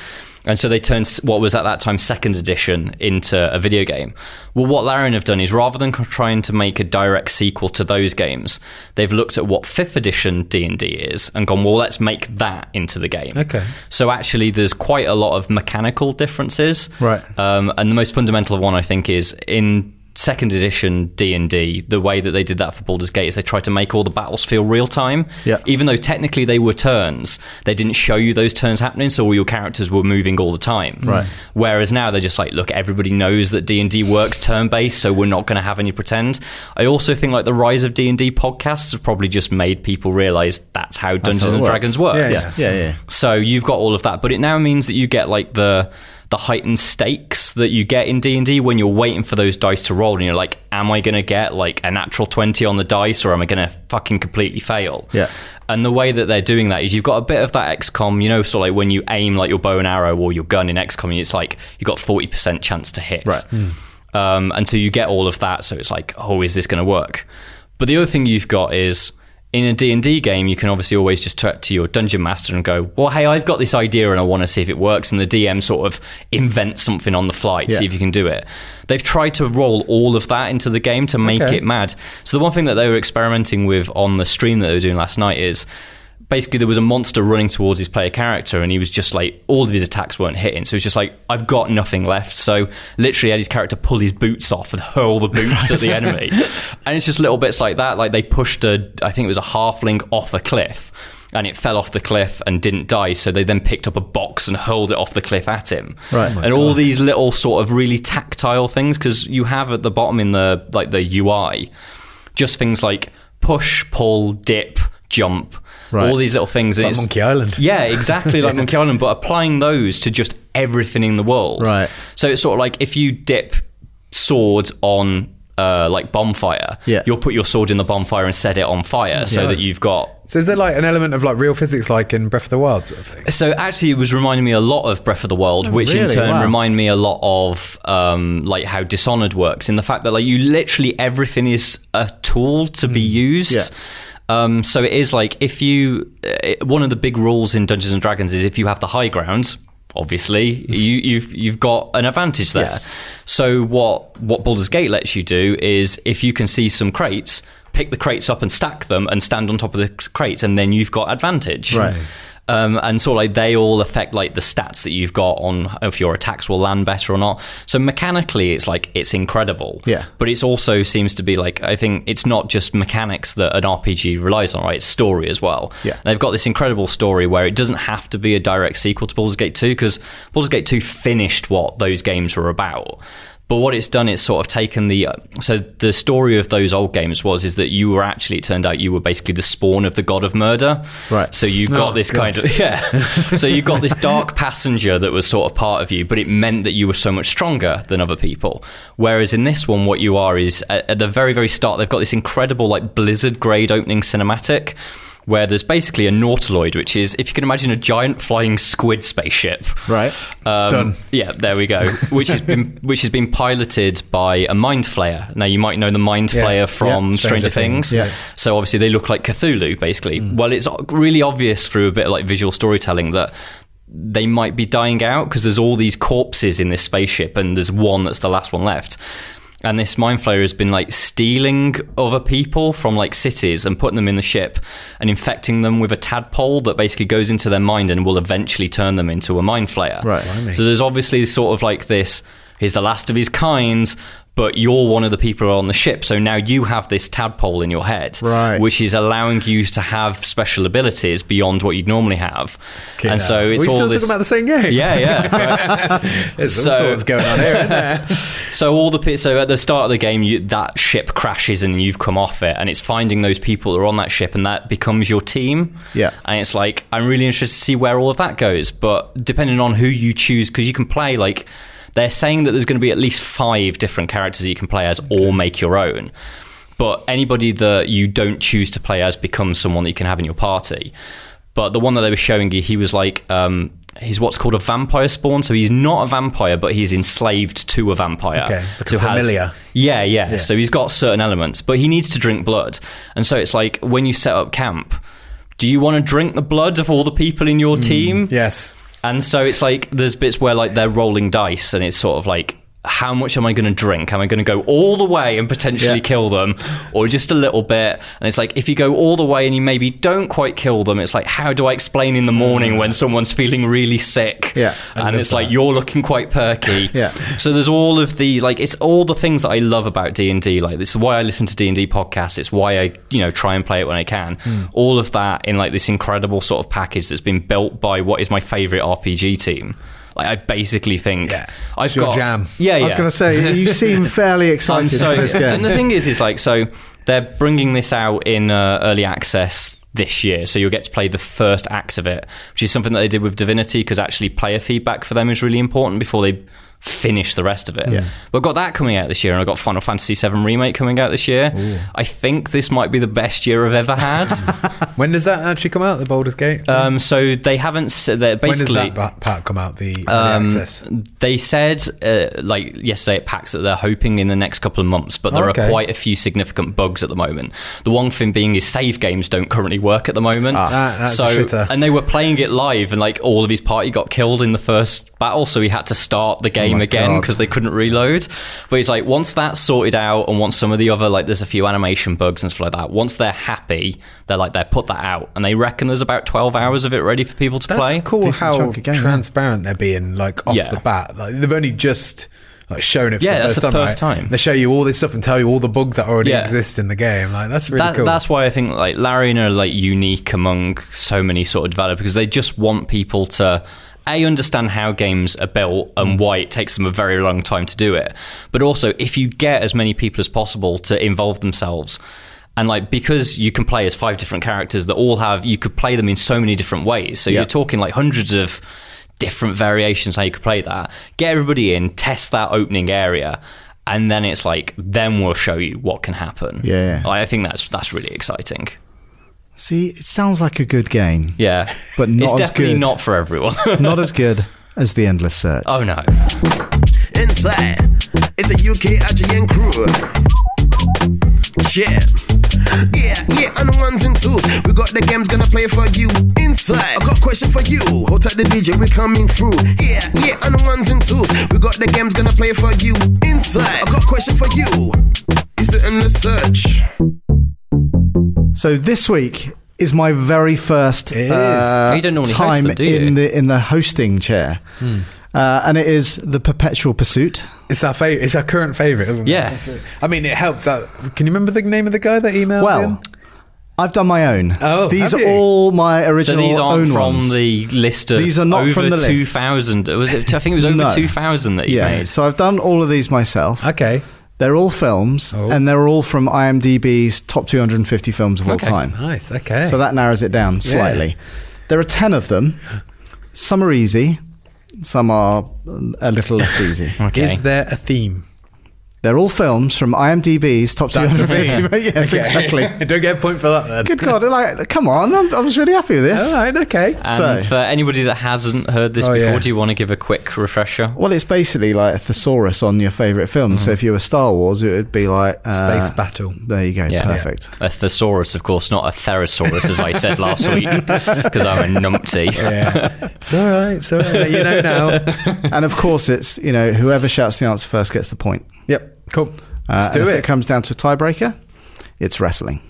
And so they turned s- what was at that time second edition into a video game. Well, what Larian have done is rather than c- trying to make a direct sequel to those games, they've looked at what fifth edition D and D is and gone, well, let's make that into the game.
Okay.
So actually, there's quite a lot of mechanical differences.
Right.
Um, and the most fundamental one, I think, is in second edition D&D, the way that they did that for Baldur's Gate is they tried to make all the battles feel real time.
Yeah.
Even though technically they were turns, they didn't show you those turns happening, so all your characters were moving all the time. Right. Whereas now they're just like, look, everybody knows that D&D works turn-based, so we're not going to have any pretend. I also think like the rise of D&D podcasts have probably just made people realize that's how Dungeons
it
and
works.
Dragons works.
Yeah,
Yeah, yeah, yeah.
So you've got all of that, but it now means that you get like the the heightened stakes that you get in D and D when you're waiting for those dice to roll, and you're like, "Am I going to get like a natural twenty on the dice, or am I going to fucking completely fail?"
Yeah.
And the way that they're doing that is you've got a bit of that XCOM, you know, sort of like when you aim like your bow and arrow or your gun in XCOM, it's like you've got forty percent chance to hit.
Right.
Um, and so you get all of that. So it's like, oh, is this going to work? But the other thing you've got is in a D&D game, you can obviously always just talk to your dungeon master and go, well, hey, I've got this idea and I want to see if it works. And the DM sort of invents something on the fly to
Yeah.
see if you can do it. They've tried to roll all of that into the game to make
Okay.
it mad. So the one thing that they were experimenting with on the stream that they were doing last night is basically there was a monster running towards his player character and he was just like all of his attacks weren't hitting so it's just like i've got nothing left so literally had his character pull his boots off and hurl the boots at the enemy and it's just little bits like that like they pushed a i think it was a halfling off a cliff and it fell off the cliff and didn't die so they then picked up a box and hurled it off the cliff at him
Right. Oh
and all these little sort of really tactile things because you have at the bottom in the like the UI just things like push, pull, dip, jump,
Right.
all these little things.
like Monkey Island.
Yeah, exactly like Monkey Island, but applying those to just everything in the world.
Right.
So it's sort of like if you dip sword on. Uh, like bonfire,
Yeah.
you'll put your sword in the bonfire and set it on fire, so that you've got
So is there like an element of like real physics, like in Breath of the Wild sort of thing?
So actually, it was reminding me a lot of Breath of the Wild, which in
Oh, really?
turn
Wow.
remind me a lot of um, like how Dishonored works in the fact that like you literally everything is a tool to be used.
Mm. Yeah.
Um, so it is like if you uh, one of the big rules in Dungeons and Dragons is if you have the high ground. Obviously, you, you've you've got an advantage there.
Yes.
So what what Baldur's Gate lets you do is if you can see some crates, pick the crates up and stack them and stand on top of the crates, and then you've got advantage.
Right.
Um, and sort of like they all affect like the stats that you've got on if your attacks will land better or not. So mechanically, it's like it's incredible.
Yeah.
But it's also seems to be like I think it's not just mechanics that an RPG relies on, right? It's story as well.
Yeah.
And they've got this incredible story where it doesn't have to be a direct sequel to Baldur's Gate 2 because Baldur's Gate 2 finished what those games were about. But what it's done, it's sort of taken the uh, so the story of those old games was is that you were actually it turned out you were basically the spawn of the god of murder,
Right.
So you got
Oh,
this
God.
kind of yeah. so you got this dark passenger that was sort of part of you, but it meant that you were so much stronger than other people. Whereas in this one, what you are is at, at the very very start, they've got this incredible like Blizzard grade opening cinematic. Where there's basically a nautiloid, which is, if you can imagine, a giant flying squid spaceship.
Right.
Um,
Done.
Yeah, there we go. Which has been which has been piloted by a mind flayer. Now you might know the mind
Yeah.
flayer from
Yeah.
Stranger,
Stranger
Things.
Things.
Yeah.
So obviously they look like Cthulhu, basically. Well, it's really obvious through a bit of like visual storytelling that they might be dying out because there's all these corpses in this spaceship, and there's one that's the last one left. And this mind flayer has been like stealing other people from like cities and putting them in the ship and infecting them with a tadpole that basically goes into their mind and will eventually turn them into a mind flayer.
Right.
So there's obviously sort of like this he's the last of his kind, but you're one of the people on the ship. So now you have this tadpole in your head,
Right.
which is allowing you to have special abilities beyond what you'd normally have. and so it's
we
all
still
this.
talking about the same game.
yeah, yeah.
There's all
So-
sorts going on here, isn't there?
So all the pe- so at the start of the game, you, that ship crashes and you've come off it, and it's finding those people that are on that ship, and that becomes your team.
Yeah.
and it's like I'm really interested to see where all of that goes, but depending on who you choose, because you can play like they're saying that there's going to be at least five different characters that you can play as, or make your own. But anybody that you don't choose to play as becomes someone that you can have in your party. But the one that they were showing you, he was like, um, he's what's called a vampire spawn. So he's not a vampire, but he's enslaved to a vampire.
Okay, like
so
a
has-
familiar.
yeah, yeah, So he's got certain elements, but he needs to drink blood. And so it's like when you set up camp, do you want to drink the blood of all the people in
Hmm,
your team?
Yes.
And so it's like there's bits where like they're rolling dice, and it's sort of like. How much am I going to drink? Am I going to go all the way and potentially
Yeah.
kill them, or just a little bit? And it's like if you go all the way and you maybe don't quite kill them, it's like how do I explain in the
Hmm.
morning when someone's feeling really sick?
Yeah.
and it's like you're looking quite perky.
Yeah.
So there's all of the like it's all the things that I love about D and D. Like this is why I listen to D and D podcasts. It's why I you know try and play it when I can.
Hmm.
All of that in like this incredible sort of package that's been built by what is my favorite RPG team. Like I basically think
Yeah.
I've
It's your
got
jam.
Yeah, yeah.
I was going to say, you seem fairly
I'm
excited
so-
for this
And
game.
the thing is, is like so they're bringing this out in uh, early access this year, so you'll get to play the first acts of it, which is something that they did with Divinity because actually player feedback for them is really important before they finish the rest of it. Yeah. But I've got that coming out this year, and I have got Final Fantasy VII remake coming out this year. I think this might be the best year I've ever had.
When does that actually come out? The Baldur's Gate.
um, so they haven't. s- They're
when does
basically um,
that ba- part come out? The, the access.
They said, uh, like yesterday at PAX, that they're hoping in the next couple of months, but there
Oh, Okay.
are quite a few significant bugs at the moment. The one thing being is save games don't currently work at the moment.
Ah. That- that's a
so,
shitter.
and they were playing it live, and like all of his party got killed in the first battle, so he had to start the game again
Oh God.
because they couldn't reload. But he's like, once that's sorted out, and once some of the other like, there's a few animation bugs and stuff like that. Once they're happy, they're like, they put that out, and they reckon there's about 12 hours of it ready for people to
That's
play.
cool
Decent
how
chunk of game, yeah.
transparent they're being, like off
Yeah.
the bat. Like they've only just like shown it. For
Yeah,
the
that's
first
the
time,
first
right?
time.
They show you all this stuff and tell you all the bugs that already
Yeah.
exist in the game. Like that's really
that,
cool.
That's why I think like Larry and are like unique among so many sort of developers because they just want people to a understand how games are built and
Mm.
why it takes them a very long time to do it, but also if you get as many people as possible to involve themselves. And like because you can play as five different characters that all have you could play them in so many different ways. So you're talking like hundreds of different variations how you could play that. Get everybody in, test that opening area, and then it's like then we'll show you what can happen.
Yeah.
Like, Oh, I think that's that's really exciting.
See, it sounds like a good game.
Yeah,
But not
it's
as
definitely
good.
not for everyone.
Not as good as The Endless Search.
oh no,
Inside, it's a UK IGN crew. Yeah. Yeah, yeah, and the ones and twos. We got the games gonna play for you. Inside, I got a question for you. Hold tight the DJ, we coming through. Yeah, yeah, and the ones and twos. We got the games gonna play for you. Inside, I got a question for you. Is it in the search?
So this week is my very first uh,
It is.
You don't normally host
time
them, do you? Hmm.
in the in the hosting chair, uh, and it is the Perpetual Pursuit.
it's our favorite. It's our current favorite, isn't
Yeah.
it? Yeah. I mean, it helps. That can you remember the name of the guy that emailed? in?
Well, I've done my own.
Oh,
these
have
are
you?
all my
so
original
these aren't
own
from
ones.
the list of
These are not
over
from the list.
two thousand. Was it? I think it was over
No.
two thousand that you
yeah.
made.
So I've done all of these myself.
okay,
They're all films,
Oh.
and they're all from IMDb's top 250 films of all
Okay.
time.
nice. Okay,
So that narrows it down slightly. There are 10 of them. Some are easy, some are a little less easy.
okay.
is there a theme?
They're all films from IMDb's top
That's the
250. yes,
Okay.
exactly.
Don't get a point for that. Then.
Good God! Like, come on! I'm, I was really happy with this.
All right. Okay.
and
so-
for anybody that hasn't heard this
Oh,
before,
yeah.
do you want to give a quick refresher?
Well, it's basically like a thesaurus on your favorite film. So if you were Star Wars, it would be like uh,
Mm-hmm. Space battle.
There you go. Perfect.
A thesaurus, of course, not a therosaurus, as I said last week, because I'm a numpty.
Yeah. it's all right. It's all right. You know now.
and of course, it's you know whoever shouts the answer first gets the point.
Yep. Cool.
Uh,
Let's
and
do
if
it.
it comes down to a tiebreaker, it's wrestling.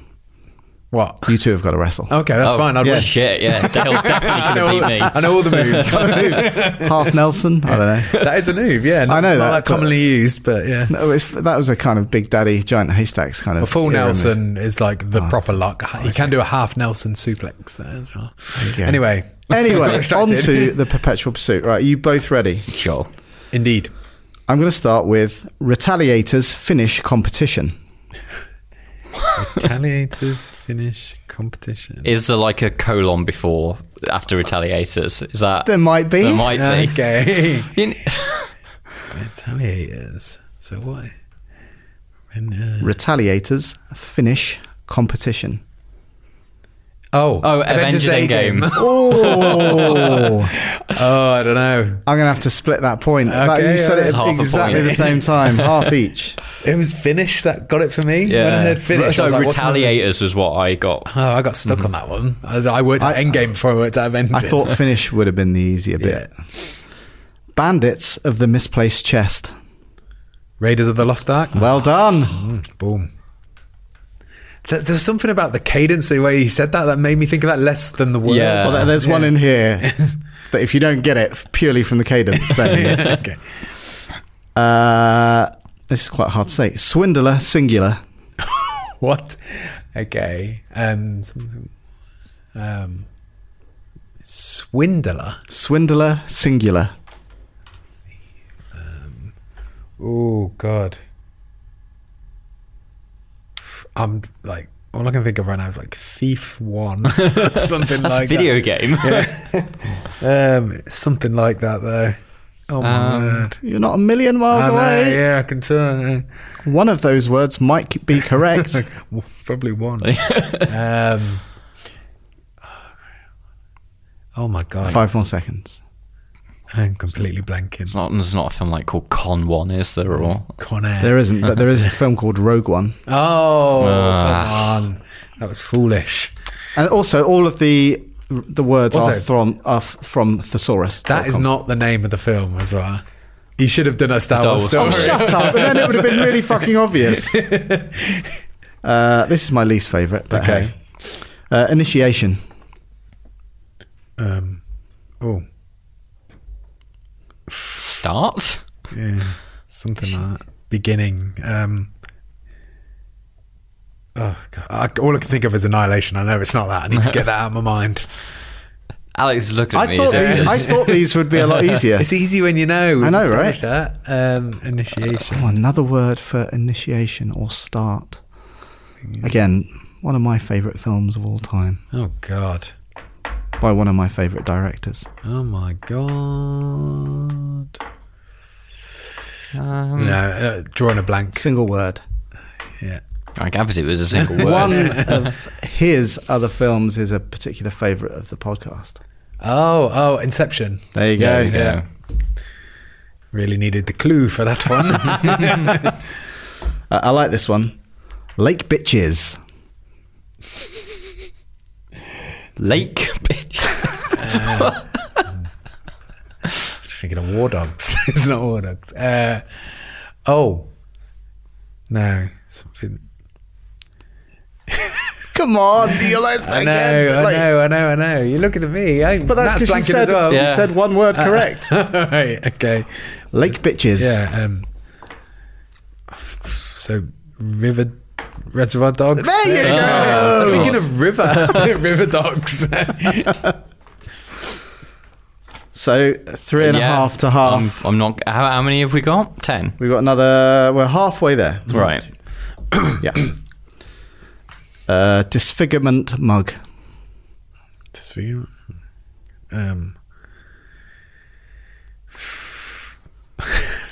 what?
You two have got to wrestle.
Okay, that's
Oh,
fine. I'd
yeah.
win.
Shit, yeah, Dale's
I
definitely
know,
going to beat me.
I know all the moves.
Half Nelson. I don't know.
that is a move, yeah. Not,
I know
not
that,
like
but-
commonly used, but yeah.
That was, Oh, that was a kind of big daddy, giant haystacks kind of.
A full
era move. Ah,
Nelson is like the proper lock. You can do a half Nelson suplex there as well.
go.
Anyway,
Anyway,
distracted.
on to the perpetual pursuit. Right, you both ready?
Sure.
indeed.
I'm going to start with Retaliators Finish Competition.
Retaliators finish competition.
Is there like a colon before after retaliators? Is that
There might be.
There might be.
Okay.
You-
Retaliators. So what? When, uh,
Retaliators Finish Competition.
Oh,
Oh, Avengers, Endgame.
Oh,
oh, I don't know.
I'm gonna have to split that point. That-
Okay,
you said it
yeah,
that's half a
exactly
point.
the same time, half each.
It was Finish that got it for me. When I heard Finish, I
So
was like, what's another-
Retaliators was what I got.
Oh, I got stuck on that one. I, was- I worked at
I-
Endgame before I worked at Avengers.
I thought finish would have been the easier bit. Bandits of the misplaced chest.
Raiders of the Lost Ark.
Well done.
Boom. Th- There was something about the cadence the way he said that that made me think of that less than the word.
Yeah.
Well, there- there's one in here that if you don't get it f- purely from the cadence, then
okay.
uh, this is quite hard to say. Swindler singular.
What? Okay. Um, something. Um, swindler.
Swindler singular.
Oh God. I'm like all I can think of right now is like Thief One, something
That's
like
a video
that.
game.
Um, something like that though. Oh my
Um,
god.
You're not a million miles
I know,
away.
yeah, I can turn.
One of those words might be correct.
Probably one. um, oh my god.
Five more seconds.
I'm completely blanking.
It's not, there's not a film like called Con One, is there? Or
Con Air.
There isn't, but there is a film called Rogue One.
oh,
Ah.
come on. That was foolish.
And also, all of the the words
Also-
are from are f- from thesaurus.
That is not the name of the film as well. He should have done a Star,
Star
Wars,
Wars
story.
Oh, shut up! And then it would have been really fucking obvious. Uh, this is my least favorite. But
Okay.
hey. Uh, initiation.
Um, oh,
Start?
yeah, something like that. Beginning. Um, oh, God. I, all I can think of is Annihilation. I know it's not that. I need to get that out of my mind.
Alex is looking at
I
me.
thought,
as if
these, I
it's-
thought these would be a lot easier.
It's easy when you know. We've
I know,
established That. Um, initiation.
Oh, another word for initiation or start. Again, one of my favorite films of all time
Oh God.
by one of my favorite directors.
Oh my God.
Hmm.
Um,
No, uh, drawing a blank.
Single word.
Yeah.
I gathered it was a single word.
One of his other films is a particular favorite of the podcast.
Oh, oh, Inception.
There you
Yeah,
go.
there you go.
Yeah. Really needed the clue for that one.
Uh, I like this one. Lake bitches.
Lake bitch.
Just thinking of war dogs. it's not war dogs. Uh, oh, no, something.
Come on, you like
I know, I know, I know, I know. You're looking at me. I,
But that's
that's
because you
blanking
said,
as well.
you
Yeah.
said one word correct.
right. Okay.
Lake bitches.
Yeah. Um, so, river reservoir dogs.
There you go.
I was
of
thinking
course.
of river river dogs.
So three and a
Yeah. Um,
half to half.
I'm, I'm not. How, how many have we got? Ten.
We've got another. We're halfway there.
Right.
Yeah. Uh, disfigurement mug.
Just for you. Um,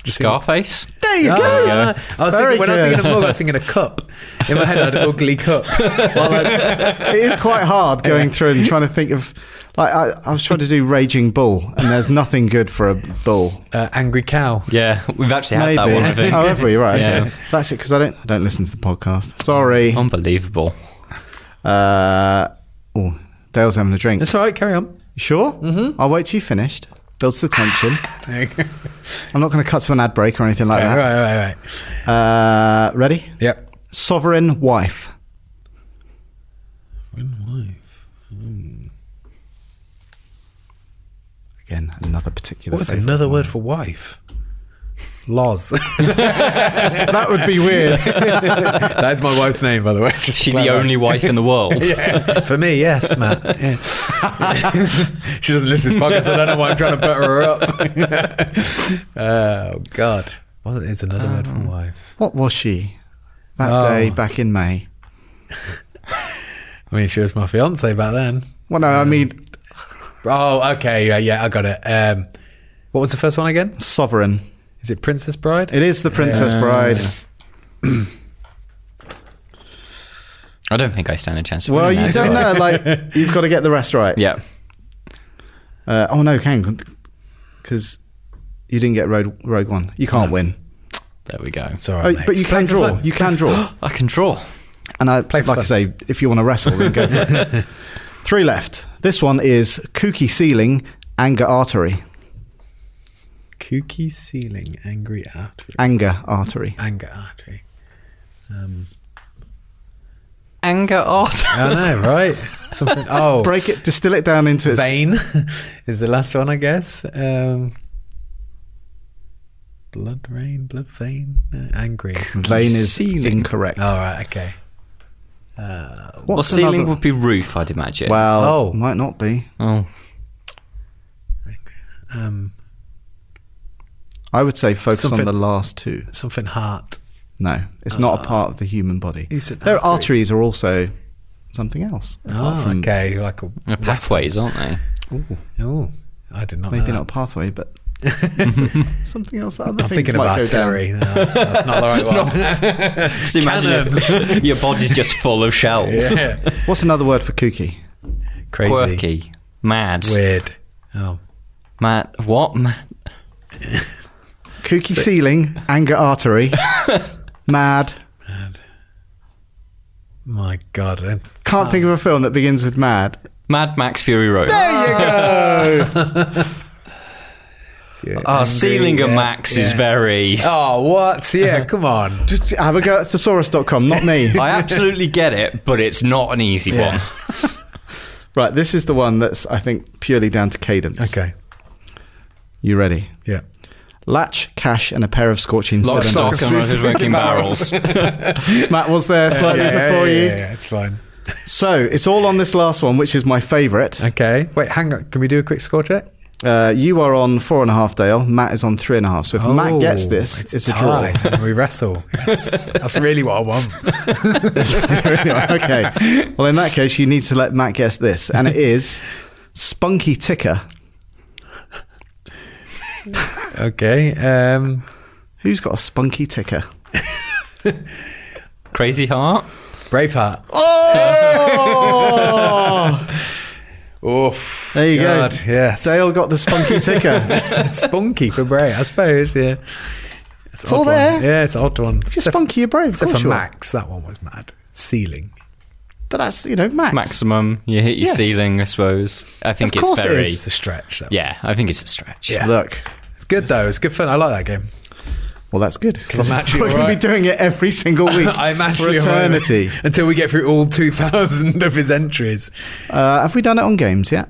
Scarface.
There you
Oh, yeah. I was
Very
thinking, when I was
good.
thinking of mug, I was thinking a cup. In my head, I had an ugly cup.
Well, that's- it is quite hard going through and trying to think of. Like I, I was trying to do raging bull, and there's nothing good for a bull.
Uh, angry cow.
Yeah, we've actually had
Maybe.
that one. I think.
oh, have we? Right.
Yeah. Um,
Okay. That's it. Because I don't. I don't listen to the podcast. Sorry.
Unbelievable.
Uh, oh, Dale's having a drink.
It's all right. Carry on.
You Sure. Mm-hmm. I'll wait till you finished. Builds the tension. I'm not going to cut to an ad break or anything like
Right,
that.
right, right, right.
Uh, ready?
Yep.
Sovereign wife.
Hmm.
Again, another particular.
What's
favourite.
another word for wife? Loz.
That would be weird.
that is my wife's name, by the way. Just
Is she
to
the
clarify.
only wife in the world?
Yeah. For me, yes, Matt. Yeah. she doesn't listen to this podcast. I don't know why I'm trying to butter her up. oh, God. What is another word for wife?
what was she that
Oh.
day back in May?
I mean, she was my fiance back then.
Well, no, I mean
Oh, okay. Yeah, yeah, I got it. Um, what was the first one again?
sovereign.
Is it Princess Bride?
It is the Princess Bride.
I don't think I stand a chance. of
Well,
winning
you
that,
don't
do I?
know. Like you've got to get the rest right.
Yeah.
Uh, oh no, can because you didn't get Rogue Rogue One. You can't win.
There we go.
It's all right,
Oh,
mate.
but you
Play
can
for
draw.
fun.
You can draw.
I can draw.
And I
Play
like
for
I say, if you want to wrestle, then go for it. Three left. This one is kooky ceiling, anger artery,
Kooky ceiling, angry artery,
anger artery.
anger artery. Um,
Anger art.
I know, right? Something. Oh,
Break it, distill it down into its.
vein is the last one, I guess. Um, blood rain, blood vein, no, angry.
Vein is
Ceiling.
incorrect.
All right, okay. Uh,
Well,
What's
ceiling
another-
would be roof, I'd imagine.
Well,
Oh.
might not be.
oh,
Um,
I would say focus
Something-
on the last two.
something heart.
No, it's not a part of the human body.
Ah. Is it
Their
artery?
arteries are also something else. apart
Oh,
from-
okay, like a
they're pathways, aren't they?
Oh, I did not.
Maybe
know
not a pathway, but something else. That other
That. I'm
things
thinking of
might go down.
artery. No, that's, that's not the right one.
Just imagine if- your body's just full of shells.
Yeah.
What's another word for kooky?
Crazy.
Quirky, mad,
Weird. Oh.
mad. What? Ma-
Kooky ceiling, anger artery, mad.
My God, eh?
Can't think of a film that begins with mad.
Mad Max Fury Road.
You're
Ah,
angry,
ceiling of
yeah,
Max is
yeah.
very.
Oh, what? Yeah, come on.
Just have a go at thesaurus.com, not me.
I absolutely get it, but it's not an easy
Yeah.
one.
right, this is the one that's, I think, purely down to cadence.
Okay.
You ready?
Yeah.
Latch, cash, and a pair of scorching
Lock,
cylinders.
stock, and loaded working barrels.
Matt was there slightly
yeah,
before
yeah,
you.
yeah, yeah, it's fine.
So it's all on this last one, which is my favourite.
Okay. Wait, hang on. Can we do a quick score check?
Uh, you are on four and a half, Dale. Matt is on three and a half. So if
Oh,
Matt gets this, it's, a draw.
tie and we wrestle. That's, that's really what I want.
okay. Well, in that case, you need to let Matt guess this, and it is spunky ticker.
Okay. Um,
Who's got a spunky ticker?
Crazy Heart.
Braveheart.
Oh,
Oh,
there you
God,
go.
yes.
Dale got the spunky ticker. if
spunky for Brave, I suppose. Yeah. It's, an
all
odd one.
there.
Yeah, it's an odd one.
you're spunky, you're brave. Of
Except
course
for
you are.
Max, that one was mad. Ceiling.
But that's you know Max.
Maximum. You hit your
Yes.
ceiling, I suppose. I think
course
it's
it
very.
is.
It's a stretch. That
Yeah, I think it's a stretch.
Yeah.
Look,
one. It's good though. It's good fun. I like that game.
well that's good
I'm actually
we're going
alright.
to be doing it every single week
I'm actually
for eternity.
alright. until we get through all 2,000 of his entries.
Uh, have we done it on games yet?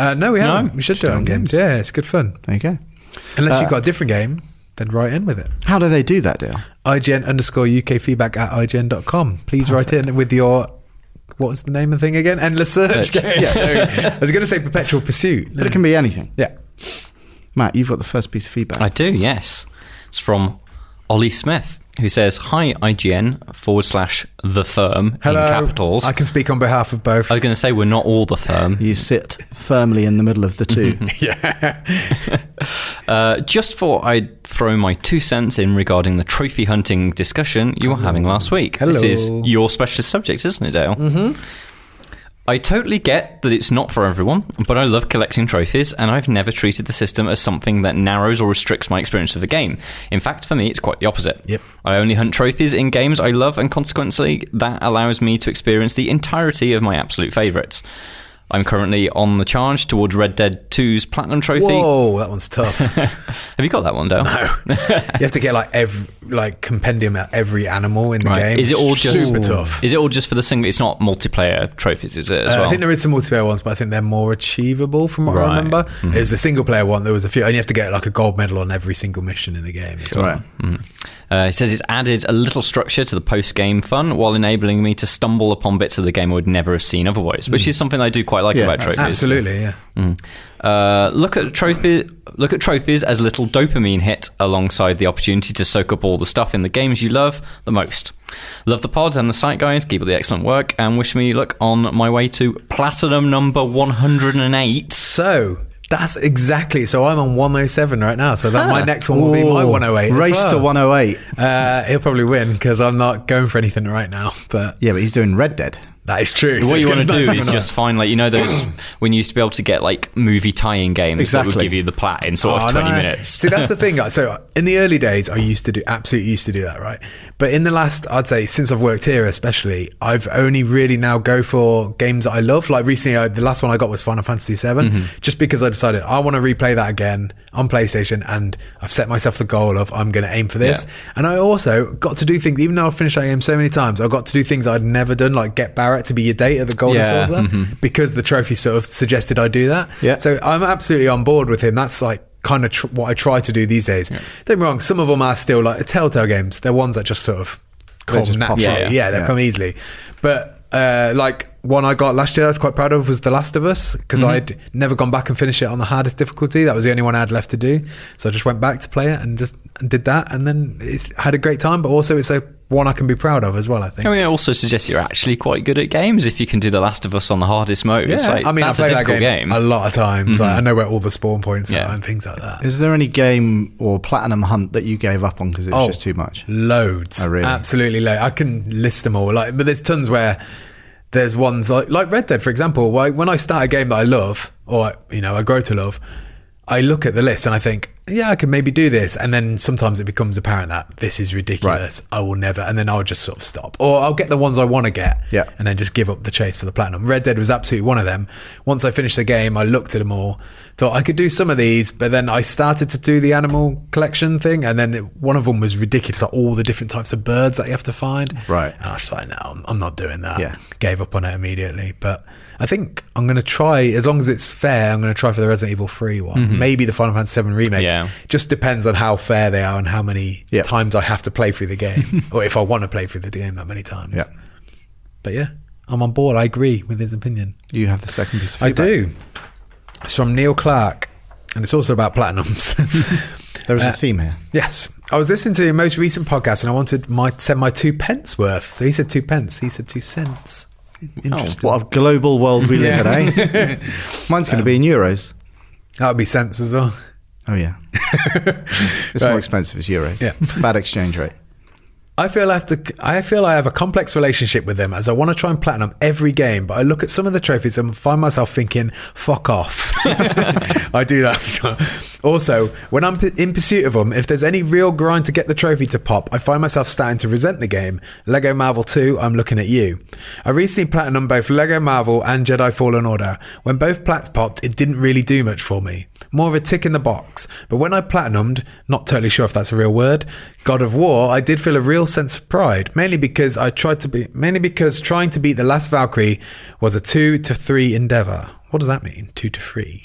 Uh, no, we haven't.
No.
we should do it on games. Yeah, it's good fun.
There you go.
Unless
Uh,
you've got a different game, then write in with it.
How do they do that, Dale?
IGN underscore UK feedback at IGN.com. Please write in with your. What was the name of the thing again? Endless Search. game. I was going to say Perpetual Pursuit.
But it can be anything.
yeah.
Matt, you've got the first piece of feedback.
I do, yes. It's from Ollie Smith, who says, Hi, IGN forward slash the firm
Hello.
in capitals.
I can speak on behalf of both.
I was going to say, we're not all the firm.
you sit firmly in the middle of the two.
Uh, just thought I'd throw my two cents in regarding the trophy hunting discussion you were having last week. This is
Hello.
your specialist subject, isn't it, Dale? Mm-hmm. I totally get that it's not for everyone, but I love collecting trophies, and I've never treated the system as something that narrows or restricts my experience of a game. In fact, for me, it's quite the opposite.
Yep.
I only hunt trophies in games I love, and consequently, that allows me to experience the entirety of my absolute favourites. I'm currently on the charge towards Red Dead 2's Platinum Trophy.
Whoa, that one's tough. you
Have you got that one, Dale? No.
have to get like every like compendium at every animal in the
Right.
game.
Is it all
It's
just
super tough?
Is it all just for the single? It's not multiplayer trophies, is it? As
Uh,
well,
I think there is some multiplayer ones, but I think they're more achievable from what
Right. Mm-hmm.
I remember. It was the single player one. There was a few, and you have to get like a gold medal on every single mission in the game. As well.
Right.
uh, it says it's added a little structure to the post-game fun while enabling me to stumble upon bits of the game I would never have seen otherwise, which is something I do quite like
Yeah,
about trophies.
Mm.
Mm.
Absolutely, yeah.
Uh, look at trophy. Look at trophies as a little dopamine hit, alongside the opportunity to soak up all the stuff in the games you love the most. Love the pod and the site guys. Keep up the excellent work, and wish me luck on my way to platinum number one hundred and eight.
So That's exactly. So I'm on 107 right now. So that my next one will be my
Ooh,
108. as
Race to
well.
108.
Uh, he'll probably win because I'm not going for anything right now. But
Yeah, but he's doing Red Dead.
that is true. So
What
it's
you
gonna
want to
be
do
that
is
time.
just find like you know those when you used to be able to get like movie tie-in games that would
Exactly.
give you the plat in sort of
Oh,
twenty
no.
minutes.
See, that's the thing. guys. So in the early days, I used to do absolutely used to do that, right? But in the last, I'd say since I've worked here, especially, I've only really now go for games that I love. Like recently, I, the last one I got was Final Fantasy VII,
Mm-hmm.
just because I decided I want to replay that again on PlayStation, and I've set myself the goal of I'm going to aim for this.
Yeah.
And I also got to do things, even though I've finished that game so many times, I got to do things I'd never done, like get Barrett to be your date at the Golden
Yeah, Mm-hmm.
Saucer, because the trophy sort of suggested I do that.
Yeah.
So I'm absolutely on board with him. That's like kind of tr- what I try to do these days. Don't get me wrong, some of them are still like Telltale games. They're ones that just sort of come
just pop
naturally.
up.
Yeah,
Yeah,
they
yeah.
come easily. But uh, like one I got last year, I was quite proud of, was The Last of Us because
Mm-hmm.
I'd never gone back and finished it on the hardest difficulty. That was the only one I had left to do. So I just went back to play it and just and did that, and then it's had a great time. But also, it's a one I can be proud of as well. I think.
I mean, it also suggests you're actually quite good at games if you can do The Last of Us on the hardest mode. it's like,
I mean, I
that's
play
a
that
difficult
game,
game. Mm-hmm.
a lot of times. Like, I know where all the spawn points
Yeah.
are and things like that.
Is there any game or platinum hunt that you gave up on because
Oh.
it was just too much?
Loads.
Oh, really?
Absolutely loads. I can list them all. Like, but there's tons where there's ones like like Red Dead, for example. Where when I start a game that I love, or you know, I grow to love, I look at the list and I think, yeah, I can maybe do this. And then sometimes it becomes apparent that this is ridiculous. I will never. And then I'll just sort of stop, or I'll get the ones I want to get,
Yeah.
and then just give up the chase for the platinum. Red Dead was absolutely one of them. Once I finished the game, I looked at them all, thought I could do some of these, but then I started to do the animal collection thing, and then it, one of them was ridiculous, like all the different types of birds that you have to find.
Right.
And I was like, no, I'm, I'm not doing that.
Yeah.
Gave up on it immediately. But I think I'm going to try, as long as it's fair, I'm going to try for the Resident Evil 3 one.
Mm-hmm.
Maybe the Final Fantasy 7 remake.
Yeah.
Just depends on how fair they are and how many
Yeah.
times I have to play through the game, or if I want to play through the game that many times.
Yeah.
But yeah, I'm on board. I agree with his opinion.
You have the second piece of
I
feedback.
do. It's from Neil Clark, and it's also about platinums.
There is a theme here.
yes. I was listening to your most recent podcast and I wanted my send my two pence worth. So he said two pence, he said two cents.
Oh,
Interesting.
What a global world we live in, eh? Mine's
Um,
going to be in euros.
that would be cents as well.
Oh, yeah. it's more expensive as euros.
Yeah.
Bad exchange rate.
I feel I have to. I feel I have a complex relationship with them, as I want to try and platinum every game. But I look at some of the trophies and find myself thinking, "Fuck off." I do that. also, when I'm p- in pursuit of them, if there's any real grind to get the trophy to pop, I find myself starting to resent the game. Lego Marvel 2, I'm looking at you. I recently platinumed both Lego Marvel and Jedi Fallen Order. When both plats popped, it didn't really do much for me. More of a tick in the box. But when I platinumed, not totally sure if that's a real word, God of War, I did feel a real sense of pride, mainly because I tried to be mainly because trying to beat the last Valkyrie was a 2 to 3 endeavor. What does that mean? 2 to 3.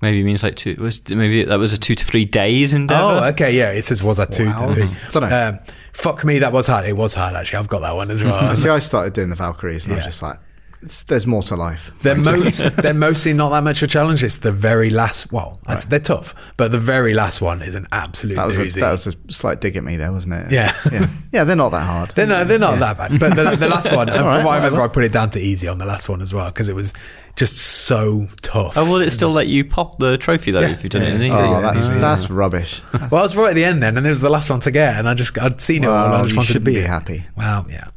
maybe it means like two. Was, maybe that was a two to three days endeavor.
Oh, okay, yeah. It says was that two to three.
Dunno.
Um, fuck me, that was hard. It was hard actually. I've got that one as well.
See, I started doing the Valkyries and I was
Yeah.
just like, it's, there's more to life.
They're most they're mostly not that much of a challenge. It's the very last. Well, that's- they're tough, but the very last one is an absolute
That was,
doozy.
a, that was a slight dig at me there, wasn't it?
Yeah.
Yeah, yeah they're not that hard.
they're not, they're not that bad, but the, the last one, and from
All right,
what I remember,
whatever.
I put it down to easy on the last one as well because it was just so tough.
Oh, will it still let you pop the trophy though if you've done
Yeah,
it in
it's
English?
still-
Oh, that's,
Yeah.
that's rubbish.
Well, I was right at the end then, and it was the last one to get, and I just I'd seen it all, and I
Well,
just
you
wanted to
shouldn't
be
be
it.
happy.
Wow, yeah.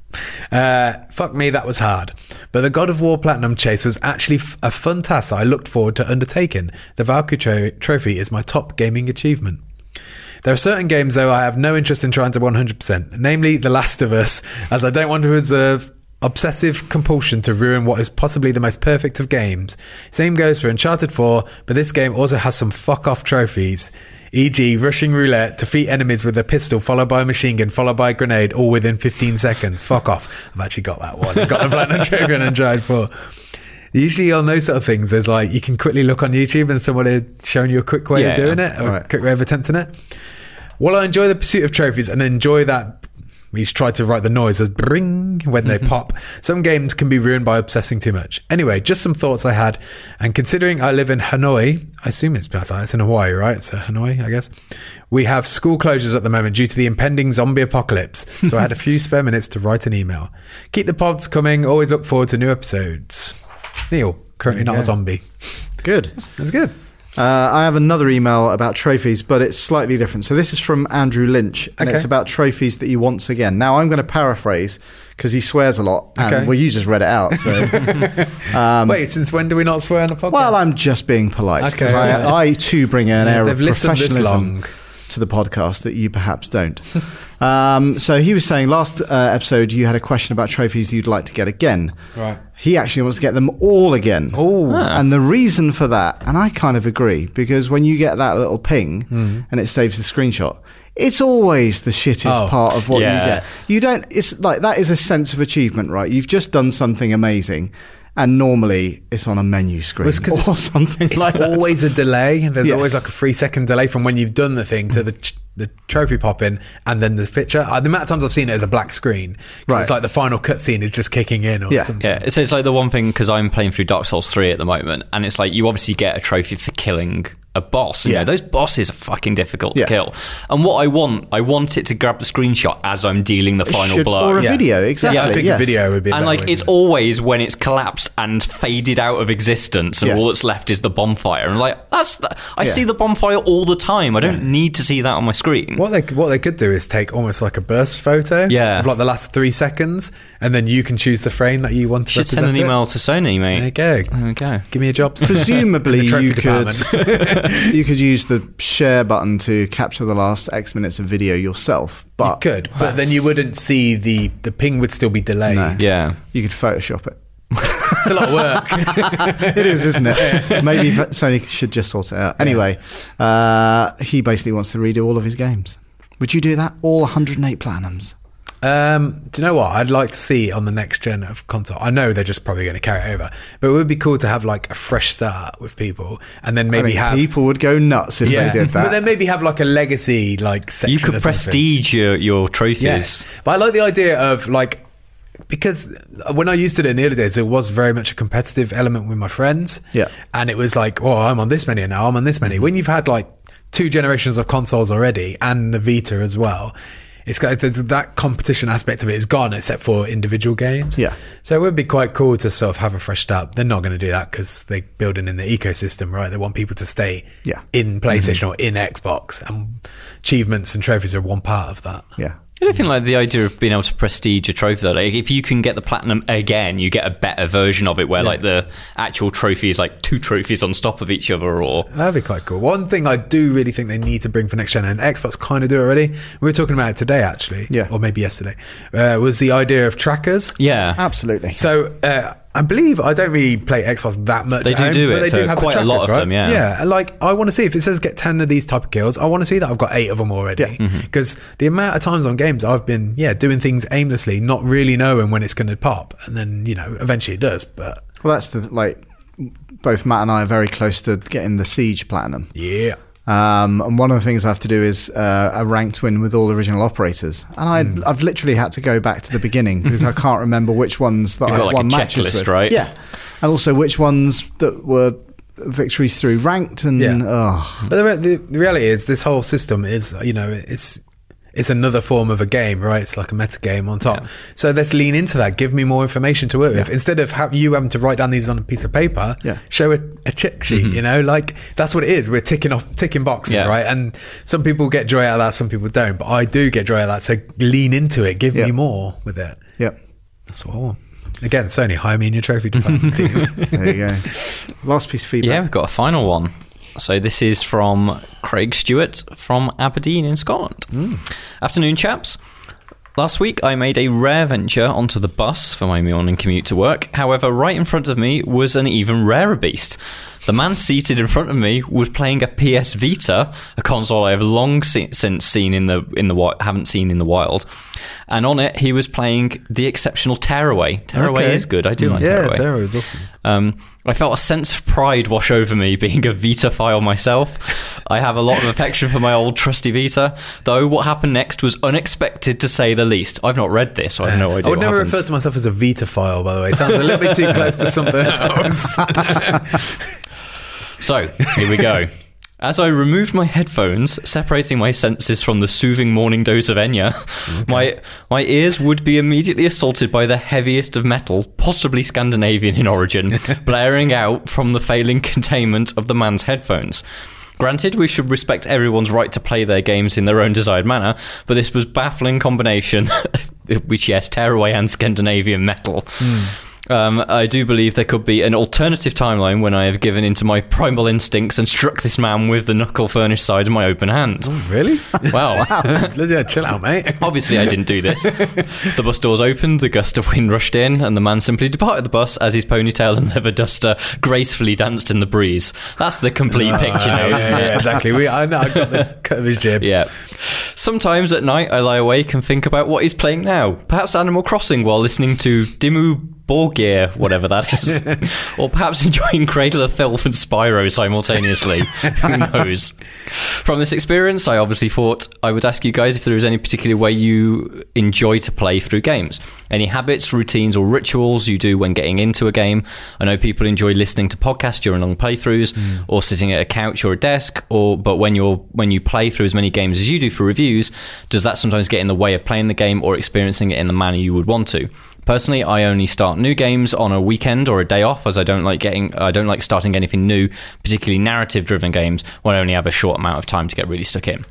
Uh, fuck me, that was hard. But the God of War Platinum Chase was actually f- a fun task that I looked forward to undertaking. The Valkyrie tro- Trophy is my top gaming achievement. There are certain games, though, I have no interest in trying to 100%, namely The Last of Us, as I don't want to observe obsessive compulsion to ruin what is possibly the most perfect of games. Same goes for Uncharted 4, but this game also has some fuck off trophies. E.g., rushing roulette, defeat enemies with a pistol, followed by a machine gun, followed by a grenade, all within 15 seconds. Fuck off. I've actually got that one. I've got the Platinum Trophy on Uncharted 4. Usually on those sort of things, there's like, you can quickly look on YouTube and someone had shown you a quick way
Yeah,
of doing
yeah.
it, or a
Right.
quick way of attempting it. While I enjoy the pursuit of trophies and enjoy that, he's tried to write the noise as bring when
Mm-hmm.
they pop. Some games can be ruined by obsessing too much. Anyway, just some thoughts I had, and considering I live in Hanoi, I assume it's pronounced like- it's in Hawaii, right? So Hanoi, I guess. We have school closures at the moment due to the impending zombie apocalypse, so I had a few spare minutes to write an email. Keep the pods coming. Always look forward to new episodes. Neil, currently not a zombie.
Good.
That's good.
Uh, I have another email about trophies, but it's slightly different. So this is from Andrew Lynch, and
Okay.
it's about trophies that he wants again. Now I'm going to paraphrase because he swears a lot. And,
Okay.
Well, you just read it out, so
Wait, since when do we not swear on a podcast?
Um, Well, I'm just being polite because
Okay, alright.
I, I too bring an
Yeah,
air of
they've listened this
professionalism
long.
to the podcast that you perhaps don't. um, so he was saying last uh, episode you had a question about trophies you'd like to get again.
Right.
He actually wants to get them all again.
Ooh.
And the reason for that, and I kind of agree, because when you get that little ping
Hmm.
and it saves the screenshot, it's always the shittest
Oh,
part of what
yeah.
you get. You don't. It's like that is a sense of achievement, right? You've just done something amazing, and normally it's on a menu screen
It's 'cause
or
it's-
something
It's
like that.
always a delay. There's
Yes.
always like a three second delay from when you've done the thing to the ch- the trophy pop in and then the picture. Uh, the amount of times I've seen it as a black screen. 'cause
Right.
It's like the final cutscene is just kicking in or
Yeah.
something.
Yeah, so it's like the one thing because I'm playing through Dark Souls 3 at the moment, and it's like you obviously get a trophy for killing a boss. You
Yeah.
know, those bosses are fucking difficult
Yeah.
to kill. And what I want, I want it to grab the screenshot as I'm dealing the
It
final
should-
blow.
or a
Yeah.
video, exactly.
I think
yes.
a video would be. a
and
better
like
way
it's
to do it.
always when it's collapsed and faded out of existence and
Yeah.
all that's left is the bonfire and like that's the, i
Yeah.
see the bonfire all the time i don't need to see that on my screen
What they what they could do is take almost like a burst photo
Yeah.
of like the last three seconds, and then you can choose the frame that you want to.
should send an
represent it.
email to sony
There you
mate
go.
there we go
Give me a job.
Presumably,
In the trophy
you could
department.
you could use the share button to capture the last X minutes of video yourself, but
could, but then
that's-
you wouldn't see the the ping would still be delayed.
No.
yeah
You could Photoshop it.
It's a lot of work.
it is, isn't it? Maybe v- Sony should just sort it out. Anyway, uh, he basically wants to redo all of his games. Would you do that? All 108 platinums.
Um, do you know what? I'd like to see on the next gen of console. I know they're just probably going to carry it over, but it would be cool to have like a fresh start with people, and then
I
maybe
mean,
have
people would go nuts if
yeah,
they did
but then
that.
maybe have like a legacy like section.
you
or
could
something.
prestige your, your trophies
Yes, but I like the idea of like because when I used to do it in the early days, it was very much a competitive element with my friends.
Yeah. Mm-hmm.
and it was like, oh, I'm on this many now. I'm on this many. When you've had like two generations of consoles already and the Vita as well. It's got there's that competition aspect of it is gone except for individual games.
Yeah.
So it would be quite cool to sort of have a fresh start. They're not going to do that because they're building in the ecosystem, right? They want people to stay
Yeah. Mm-hmm.
in PlayStation or in Xbox, and achievements and trophies are one part of that.
Yeah.
I don't think like the idea of being able to prestige a trophy though. Like, if you can get the platinum again, you get a better version of it where like the actual trophy is like two trophies on top of each other or
That'd be quite cool. One thing I do really think they need to bring for next gen, and Xbox kind of do already. We were talking about it today, actually,
Yeah.
or maybe yesterday. Uh, was the idea of trackers?
yeah.
Absolutely.
So uh, I believe I don't really play Xbox that much.
They
at
do
home,
do
but
it
They
for
do have the
quite a lot
trackers,
of
right?
them, yeah.
yeah. and, Like I want to see if it says get ten of these type of kills. I want to see that I've got eight of them already
Mm-hmm.
because the amount of times on games I've been yeah doing things aimlessly, not really knowing when it's going to pop, and then you know eventually it does. But
Well, that's the like. Both Matt and I are very close to getting the Siege platinum.
yeah.
Um, and one of the things I have to do is uh, a ranked win with all original operators. And I,
Hmm.
I've literally had to go back to the beginning because I can't remember which ones that
You've
I
got, like, a
won matches
checklist,
with.
right?
Yeah. And also which ones that were victories through ranked and
Yeah.
oh,
But the, re- the, the reality is, this whole system is, you know, it's it's another form of a game, right? It's like a meta game on top. So let's lean into that. Give me more information to work with instead of ha- you having to write down these on a piece of paper.
Yeah.
Show a, a check sheet, you know, like that's what it is. We're ticking off ticking boxes,
Mm-hmm. Yeah.
right? And some people get joy out of that, some people don't. But I do get joy out of that. So lean into it. Give
Yeah.
me more with it.
yep.
That's what I want. Again, Sony, hire me in your trophy department team.
There you go. Last piece of feedback.
Yeah, we've got a final one. So this is from Craig Stewart from Aberdeen in Scotland.
Hmm.
Afternoon, chaps. Last week, I made a rare venture onto the bus for my morning commute to work. However, right in front of me was an even rarer beast. The man seated in front of me was playing a PS Vita, a console I have long se- since seen in the in the wi- haven't seen in the wild. And on it, he was playing the exceptional Tearaway. Tearaway
Okay. Hmm.
is good. I do like
yeah,
Tearaway.
Taro is awesome.
Um, I felt a sense of pride wash over me being a Vita file myself. I have a lot of affection for my old trusty Vita, though what happened next was unexpected to say the least. I've not read this, so I have no idea.
I would
what
never
happens.
refer to myself as a Vita file, by the way. It sounds a little bit too close to something else.
So here we go. As I removed my headphones, separating my senses from the soothing morning dose of Enya, my my ears would be immediately assaulted by the heaviest of metal, possibly Scandinavian in origin, blaring out from the failing containment of the man's headphones. Granted, we should respect everyone's right to play their games in their own desired manner, but this was baffling combination, which yes, tearaway and Scandinavian metal. Um, I do believe there could be an alternative timeline when I have given into my primal instincts and struck this man with the knuckle furnished side of my open hand.
Really?
Wow.
yeah, chill out, mate.
Obviously, I didn't do this. The bus doors opened, the gust of wind rushed in, and the man simply departed the bus as his ponytail and leather duster gracefully danced in the breeze. That's the complete picture now,
yeah,
isn't
yeah,
it?
Uh, exactly. We, I know, I've got the cut of his jib.
Yeah. Sometimes at night, I lie awake and think about what he's playing now. Perhaps Animal Crossing while listening to Dimmu Borgir, whatever that is. or perhaps enjoying Cradle of Filth and Spyro simultaneously. Who knows? From this experience, I obviously thought I would ask you guys if there is any particular way you enjoy to play through games. Any habits, routines, or rituals you do when getting into a game? I know people enjoy listening to podcasts during long playthroughs, or sitting at a couch or a desk. Or but when you're when you play through as many games as you do for reviews, does that sometimes get in the way of playing the game or experiencing it in the manner you would want to? Personally, I only start new games on a weekend or a day off, as I don't like getting, I don't like starting anything new, particularly narrative-driven games, when I only have a short amount of time to get really stuck in.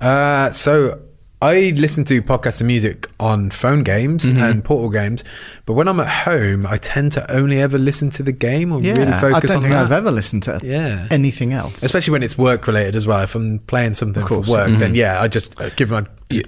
Uh, so I listen to podcasts and music on phone games and portal games, but when I'm at home, I tend to only ever listen to the game or really
I
focus
don't
on
think
that.
I've ever listened to
Yeah.
anything else.
Especially when it's work related as well. If I'm playing something for work, then yeah, I just uh, give my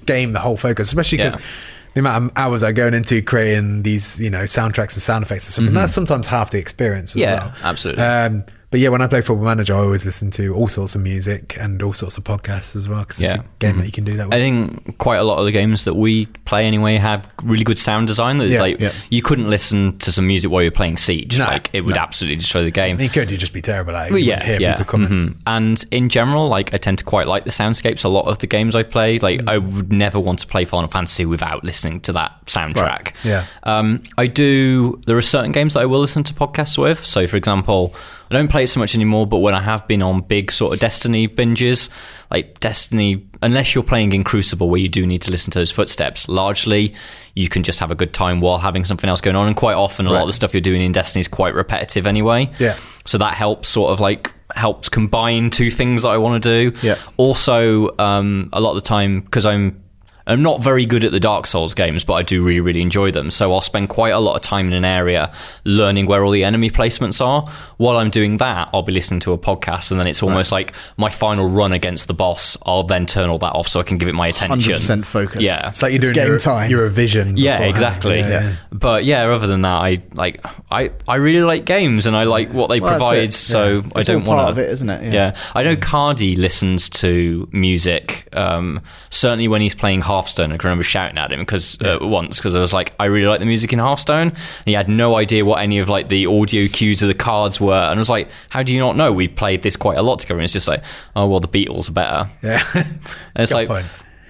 game the whole focus. Especially because
Mm-hmm. Yeah.
the amount of hours I'm going into creating these, you know, soundtracks and sound effects and stuff, and that's sometimes half the experience. As
Mm-hmm. Yeah,
well.
absolutely.
Um, but yeah, when I play Football Manager, I always listen to all sorts of music and all sorts of podcasts as well because it's
Yeah. Mm-hmm.
a game that you can do that. with.
I think quite a lot of the games that we play anyway have really good sound design. That
Yeah,
like
yeah.
you couldn't listen to some music while you're playing Siege.
No,
like it would
no.
absolutely destroy the game.
I mean, could you just be terrible at it?
Well,
You wouldn't hear people coming.
mhm. And in general, like I tend to quite like the soundscapes. A lot of the games I play, like
Mm.
I would never want to play Final Fantasy without listening to that soundtrack.
Yeah.
Um, I do. There are certain games that I will listen to podcasts with. So, for example, I don't play it so much anymore. But when I have been on big sort of Destiny binges, like Destiny, unless you're playing in Crucible, where you do need to listen to those footsteps, largely you can just have a good time while having something else going on. And quite often, a lot of the stuff you're doing in Destiny is quite repetitive anyway.
Yeah.
So that helps sort of like helps combine two things that I want to do.
Yeah.
Also, um, a lot of the time because I'm I'm not very good at the Dark Souls games, but I do really really enjoy them. So I'll spend quite a lot of time in an area learning where all the enemy placements are. While I'm doing that, I'll be listening to a podcast, and then it's almost like my final run against the boss. I'll then turn all that off so I can give it my attention.
100% focused.
Yeah.
It's like you're
It's
doing
game
your,
time.
your revision.
Yeah,
beforehand.
exactly.
Yeah, yeah.
But yeah, other than that, I like I, I really like games and I like what they
Well, that's
provide.
it.
So I
It's
don't
all
want
part of it, isn't it?
Yeah.
Yeah.
I know Cardi listens to music. Um, certainly when he's playing Hearthstone, I can remember shouting at him because uh, once because I was like, I really like the music in Hearthstone. And he had no idea what any of like the audio cues of the cards were, and I was like, How do you not know? We played this quite a lot together. And it's just like, Oh well, the Beatles are better.
Yeah.
And it's
got a
like.
point.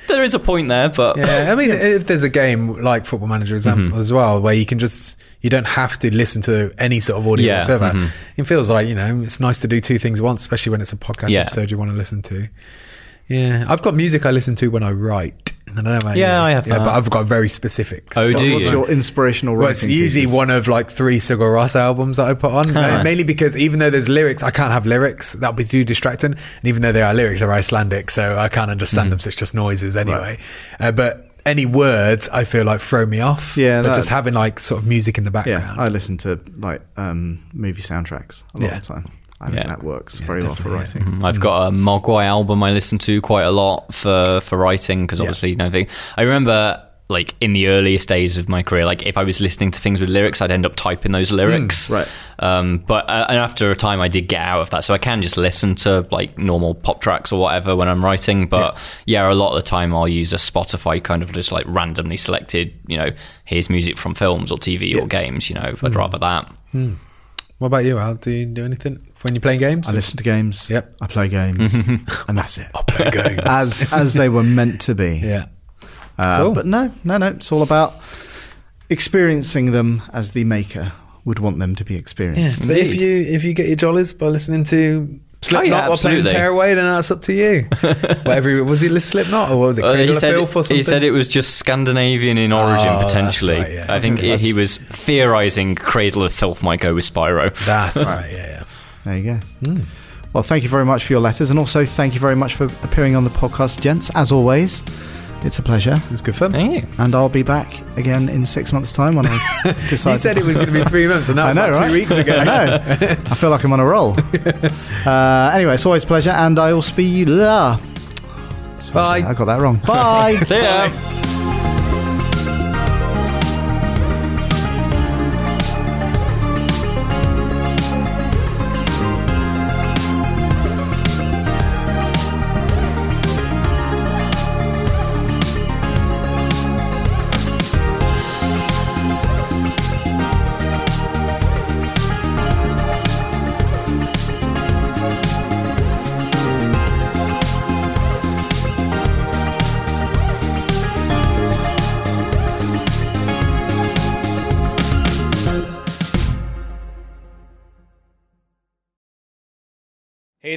There is a point there, but
Yeah, I mean, if there's a game like Football Manager example
Mm-hmm.
as well, where you can just you don't have to listen to any sort of audio
Yeah, mm-hmm.
whatsoever, it feels like you know it's nice to do two things at once, especially when it's a podcast
Yeah.
episode you want to listen to. Yeah, I've got music I listen to when I write. I don't know about
Yeah,
you.
I have
Yeah,
that.
but I've got very specific.
Oh,
stuff.
do
What's
you?
your inspirational writing?
Well, it's usually
pieces?
one of like three Sigur Ross albums that I put on,
Huh.
mainly because even though there's lyrics, I can't have lyrics. That would be too distracting. And even though they are lyrics, they're Icelandic, so I can't understand them, so it's just noises anyway. Uh, but any words, I feel like throw me off.
Yeah,
But
that-
just having like sort of music in the
Yeah,
background.
I listen to like um, movie soundtracks a lot
Yeah.
of the time. I think
Yeah.
that works very well for
definitely, Mm-hmm.
writing.
Mm-hmm. I've got a Mogwai album I listen to quite a lot for for writing because obviously you know they- I remember like in the earliest days of my career, like if I was listening to things with lyrics, I'd end up typing those lyrics.
right.
Um, but uh, and after a time, I did get out of that, so I can just listen to like normal pop tracks or whatever when I'm writing. But yeah, a lot of the time, I'll use a Spotify kind of just like randomly selected. You know, here's music from films or TV or games. You know, I'd rather that.
What about you, Al? Do you do anything when you're playing games?
I listen to games.
Yep. Mm-hmm.
I play games, and that's it.
play games.
As as they were meant to be.
yeah.
Uh,
Cool.
But no, no, no. It's all about experiencing them as the maker would want them to be
Yeah,
experienced.
but if you if you get your jollies by listening to Slipknot
Oh, yeah,
were playing
absolutely.
Tearaway, then that's up to you. Whatever was he Slipknot or what was it?
Uh,
Cradle
he,
of
said
Filth or
it,
something?
he said it was just Scandinavian in origin,
Oh, that's
potentially.
right, yeah.
I think
Okay.
he was theorizing Cradle of Filth might go with Spyro.
That's right. Yeah, yeah.
There you go.
Mm.
Well, thank you very much for your letters, and also thank you very much for appearing on the podcast, gents. As always, it's a pleasure,
It was good fun.
Thank you.
and I'll be back again in six months' time when I decide.
He said it was going to be three months, and that
I
was
know,
about
right?
two weeks ago.
I know. I feel like I'm on a roll. uh, anyway, it's always a pleasure, and I will speak you. Ah. Sorry,
Bye.
I got that wrong. Bye.
See ya.
Hey